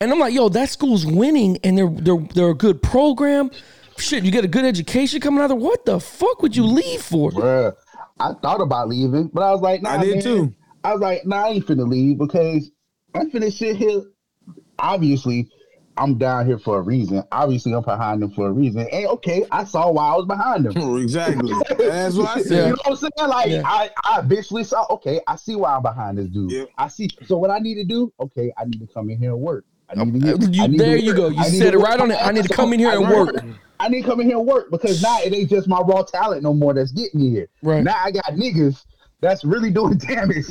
And I'm like, yo, that school's winning, and they're they're they're a good program. Shit, you get a good education coming out of. What the fuck would you leave for? Bruh, I thought about leaving, but I was like, nah, I did man. too. I was like, nah, I ain't finna leave because I'm finna sit here. Obviously, I'm down here for a reason. Obviously, I'm behind them for a reason. And okay, I saw why I was behind them. exactly. That's what I You said. know what I'm saying? Like Yeah. I, I eventually saw, okay, I see why I'm behind this dude. Yeah. I see. So what I need to do, okay, I need to come in here and work. I need to Uh, get- I you, need there to you work. go. You I need said to it work. right on it. I need to come in here I and work. work. I need to come in here and work because now it ain't just my raw talent no more that's getting me here. Right. Now I got niggas that's really doing damage.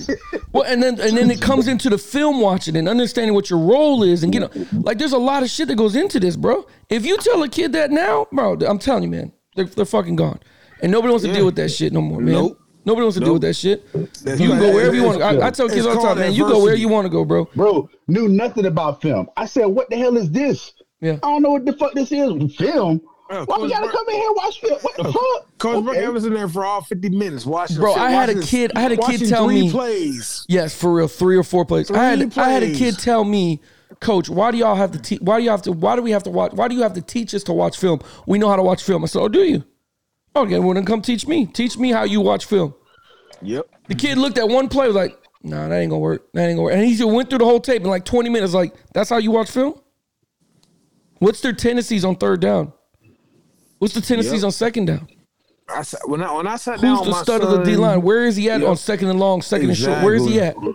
Well, and then and then it comes into the film watching and understanding what your role is, and you know, like there's a lot of shit that goes into this, bro. If you tell a kid that now, bro, I'm telling you, man, they're, they're fucking gone, and nobody wants to deal with that shit no more, man. Nope. Nobody wants to deal with that shit. you can right. go wherever you It's- want. I, I tell it's kids all the called time, man, you go where adversity. you want to go, bro. Bro, knew nothing about film. I said, what the hell is this? Yeah. I don't know what the fuck this is. Film. Yeah, Why we Coach gotta Bur- come in here and watch film? What the fuck? Coach Okay. Brown was in there for all fifty minutes watching. Bro, I had a watching- kid- I had a kid watching tell three me- plays. Yes, for real, three or four plays. I had Three I had a kid plays. tell me, Coach, why do y'all have to teach? Why do you have to? Why do we have to watch? Why do you have to teach us to watch film? We know how to watch film. I said, Oh, do you? Okay, well then come teach me. Teach me how you watch film. Yep. The kid looked at one play, was like, Nah, that ain't gonna work. That ain't gonna work. And he just went through the whole tape in like 20 minutes. Like, that's how you watch film. What's their tendencies on third down? What's the tendencies Yep. on second down? I sat, when I when I sat down, Who's with the my stud of the son, D line? Where is he at Yep. on second and long, second and short? Where is he at? Exactly.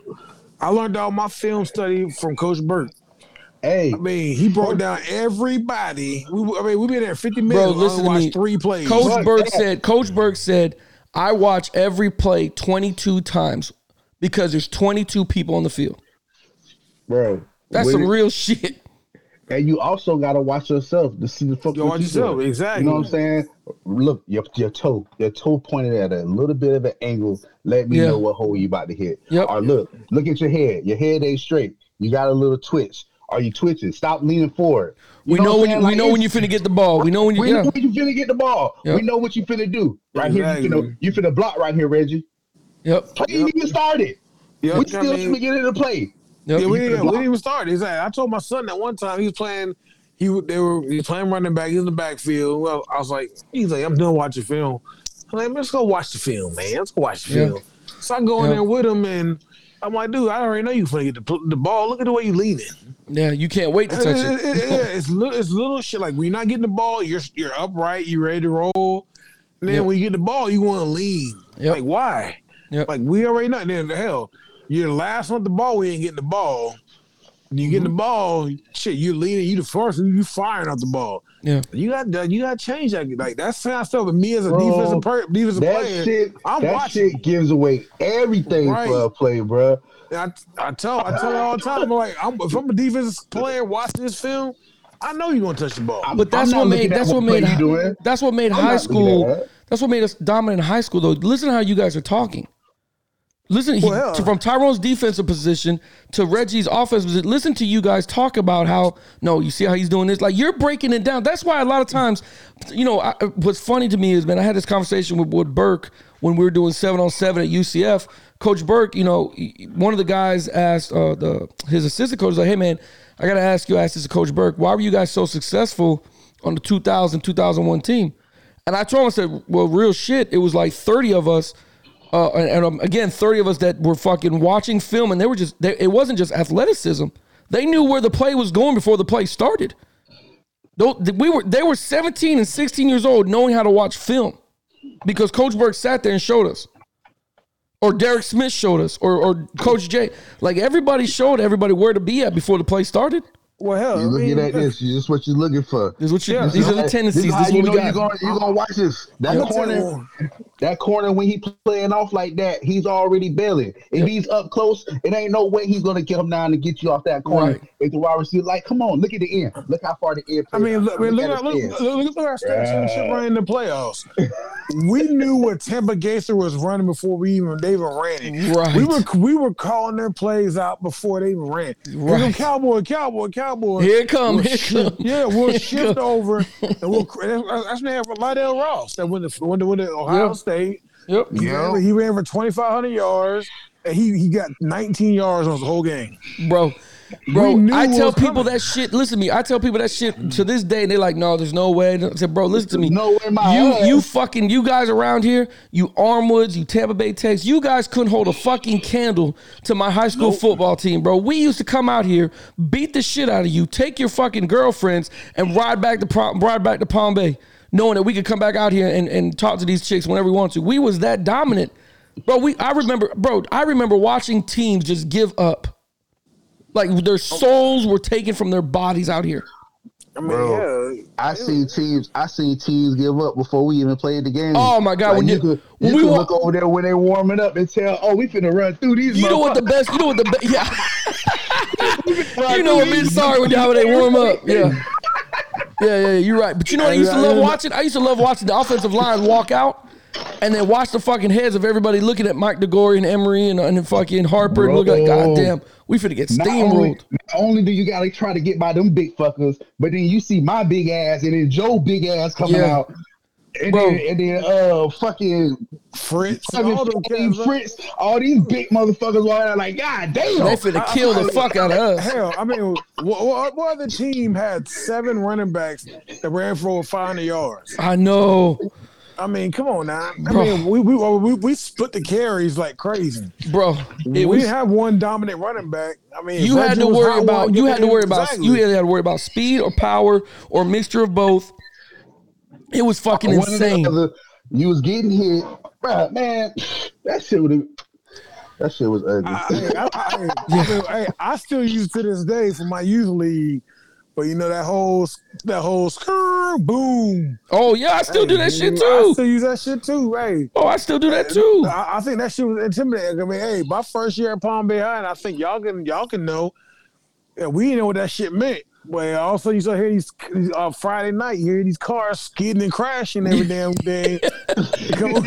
I learned all my film study from Coach Burke. Hey, I mean, he broke down everybody. We, I mean, we been there 50 minutes. Bro, I only listen to watched me. three plays. Coach Fuck Berg that. said. Coach Berg said, I watch every play 22 times because there's 22 people on the field. bro. That's When- some real shit. And you also gotta watch yourself to see the fuck. You what watch you yourself, doing. exactly. You know what I'm saying? Look, your your toe, your toe pointed at a little bit of an angle. Let me Yeah. know what hole you about to hit. Yep. Or look, look at your head. Your head ain't straight. You got a little twitch. Are you twitching? Stop leaning forward. You We know, what when I'm you, saying? we Like, know when you it's- finna get the ball. We know when you we know yeah. when you finna get the ball. Yep. We know what you finna do. Right here, you Exactly. finna you finna block right here, Reggie. Yep. Play ain't even started. Yep, we I still mean- finna get into play. Yep. Yeah, we You didn't, we block. didn't even start. He's like, I told my son that one time he was playing. He w- they were he was playing running back. He's in the backfield. Well, I was like, he's like, I'm done watching film. I'm like, let's go watch the film, man. Let's go watch the Yeah. film. So I go in Yeah. there with him, and I'm like, dude, I already know you finna get the, pl- the ball. Look at the way you leaning. yeah, you can't wait to It, it, touch it, it. it- it's little, it's little shit. Like when you're not getting the ball, you're you're upright, you ready to roll. And then Yep. when you get the ball, you want to lean. Yep. Like why? Yep. Like we already know. Then hell, you're the last one with the ball. We ain't getting the ball. You get the Mm-hmm. ball, shit. You leading, you the first, you firing out the ball. Yeah. You got to, you got to change that. Like that's how I felt with me as a Bro, defensive per, defensive That player. shit, I'm that watching. shit gives away everything Right. for a play, bro. I, I tell I tell her all the time. I'm like, I'm, if I'm a defensive player watching this film, I know you're gonna touch the ball. But that's I'm what not made looking at that's what what made play you doing. that's what made I'm high not looking at school that. that's what made us dominant in high school though. Listen to how you guys are talking. Listen he- Well, yeah. to, from Tyrone's defensive position to Reggie's offensive position. Listen to you guys talk about how no, you see how he's doing this. Like you're breaking it down. That's why a lot of times, you know, I, what's funny to me is man, I had this conversation with, with Burke when we were doing seven on seven at UCF. Coach Burke, you know, he- one of the guys asked uh, the his assistant coach was like, hey man, I gotta ask you, I asked this to Coach Burke, why were you guys so successful on the 2000 2001 team? And I told him, I said, well, real shit, it was like 30 of us uh, and, and, um, again, thirty of us that were fucking watching film, and they were just they, it wasn't just athleticism. They knew where the play was going before the play started. Though th- we were they were seventeen and sixteen years old, knowing how to watch film, because Coach Burke sat there and showed us, or Derek Smith showed us, or or Coach J. Like everybody showed everybody where to be at before the play started. well, hell, You're I mean, looking at this. This is what you're looking for. This is what you, Yeah. these are the tendencies. This This is what how you we know you're got. going. You're going to watch this. That I'm gonna tell you corner, that corner when he playing off like that, he's already bailing. If he's up close, it ain't no way he's going to come down and get you off that corner. Right. If the wide receiver, like, come on, look at the end. Look how far the end. I mean, look, I mean, look, at at, look, the look, end. look, at our stats and shit right in the playoffs. we knew what Tampa Gaither was running before we even they even ran it. Right. We were we were calling their plays out before they even ran. Here come Right. cowboy, cowboy, cowboy. Here it come, Oh, We'll here it shift- come. Yeah, we'll Here it shift come. over and we'll. That's that's when they have Lydell Ross that went to when the, when the Ohio Yeah. State. Yep. He ran- He ran for twenty five hundred yards and he he got nineteen yards on the whole game. bro. Bro, knew I what tell was people coming. that shit. Listen to me. I tell people that shit to this day, and they're like, "No, there's no way." I said, "Bro, listen to me. No way in my you, ass. you fucking, you guys around here, you Armwoods, you Tampa Bay Techs, you guys couldn't hold a fucking candle to my high school football team, bro. We used to come out here, beat the shit out of you, take your fucking girlfriends, and ride back to prom, ride back to Palm Bay, knowing that we could come back out here and, and talk to these chicks whenever we want to. We was that dominant, bro. We, I remember, bro, I remember watching teams just give up." Like their souls were taken from their bodies out here. I mean, Bro. yeah. I seen teams. I seen teams give up before we even played the game. Oh, my God, Like, when you you- could, when you we could wa- look over there when they warming up and tell, "Oh, we finna run through these." You know what the best? You know what the best? Yeah. you know what? Being sorry with how they warm up. Yeah. Yeah, yeah, yeah, you're right. But you know what I used to love watching? I used to love watching the offensive line walk out and then watch the fucking heads of everybody looking at Mike DeGore and Emery and, and fucking Harper and look like, Bro. God damn, we finna get Not only, steamrolled. not only do you gotta try to get by them big fuckers, but then you see my big ass and then Joe big ass coming Yeah. out. And Bro. then, and then uh fucking Fritz, I mean, all them fucking cats, Fritz, all these big motherfuckers walking out like, God damn. They finna kill the fuck out of us. Hell, I mean, what, what, what other team had seven running backs that ran for over 500 yards? I know, I mean, come on now. I Bro. mean, we we, we we split the carries like crazy. bro. It we was, have one dominant running back. I mean, you had Reggie to was worry hot about one you had to game. worry about Exactly. you either had to worry about speed or power or mixture of both. It was fucking One or the insane. other, You was getting hit. Bruh, man, that shit would have that shit was ugly. Hey, I, I, I, hey, I still use to this day for my youth league, but you know that whole that whole skrr, boom. Oh yeah, I still do that Hey, shit I too. still use that shit too. Hey, oh, I still do that too. I, I think that shit was intimidating. I mean, hey, my first year at Palm Bay High, and I think y'all can y'all can know. And we didn't know what that shit meant. But all of a sudden, you start hearing these uh, Friday night, you hear these cars skidding and crashing every damn day. Come on.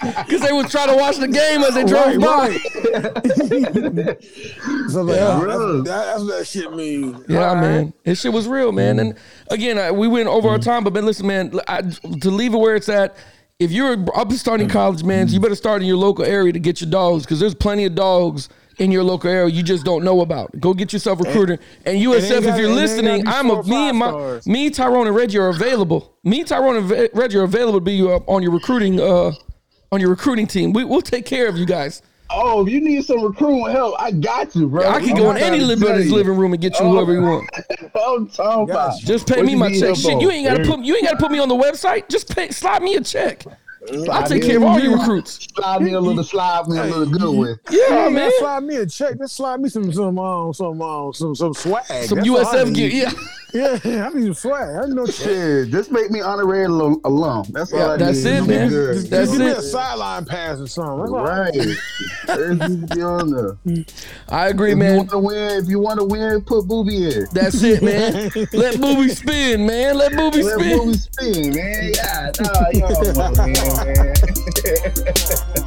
Because they was trying to watch the game as they drove Right, by. right. so I'm like, Yeah. oh, that's, that, that's what that shit means. Yeah, All right. man, this shit was real, man. Mm-hmm. And again, I, we went over our time, but man, listen, man, I, to leave it where it's at. If you're up and starting Mm-hmm. college, man, you better start in your local area to get your dogs because there's plenty of dogs in your local area you just don't know about. Go get yourself recruited. And USF, if gotta- you're and they listening, gotta I'm be four a or me five and my stars. me, Tyrone and Reggie are available. Me, Tyrone and Ve- Reggie are available to be uh, on your recruiting uh on your recruiting team. We, we'll take care of you guys. oh, if you need some recruiting help, I got you, bro. I can go in any living living room and get you Oh. whoever you want. I'm talking about. Just pay What me you my need check. help Shit, on? you ain't gotta put you ain't gotta put me on the website. Just pay slide me a check. I take care of all your recruits. Slide me a little, slide me a little good one. Yeah, man, man. slide me a check. Just slide me some some um, some um, some some swag. Some That's all I USF need. gear. Yeah, Yeah, I need some swag. I need no shit. Yeah, just make me honorary lo- alum. That's all Yeah, I that's need. it, I'm man. good. Just- Just That's give me it. a sideline pass or something. That's all I- Right. Let's be on there. I agree, If you man. want to win, if you want to win, put Booby in. That's it, man. Let Booby spin, man. Let Booby Let spin. Booby spin, man. Yeah, nah, y'all, man.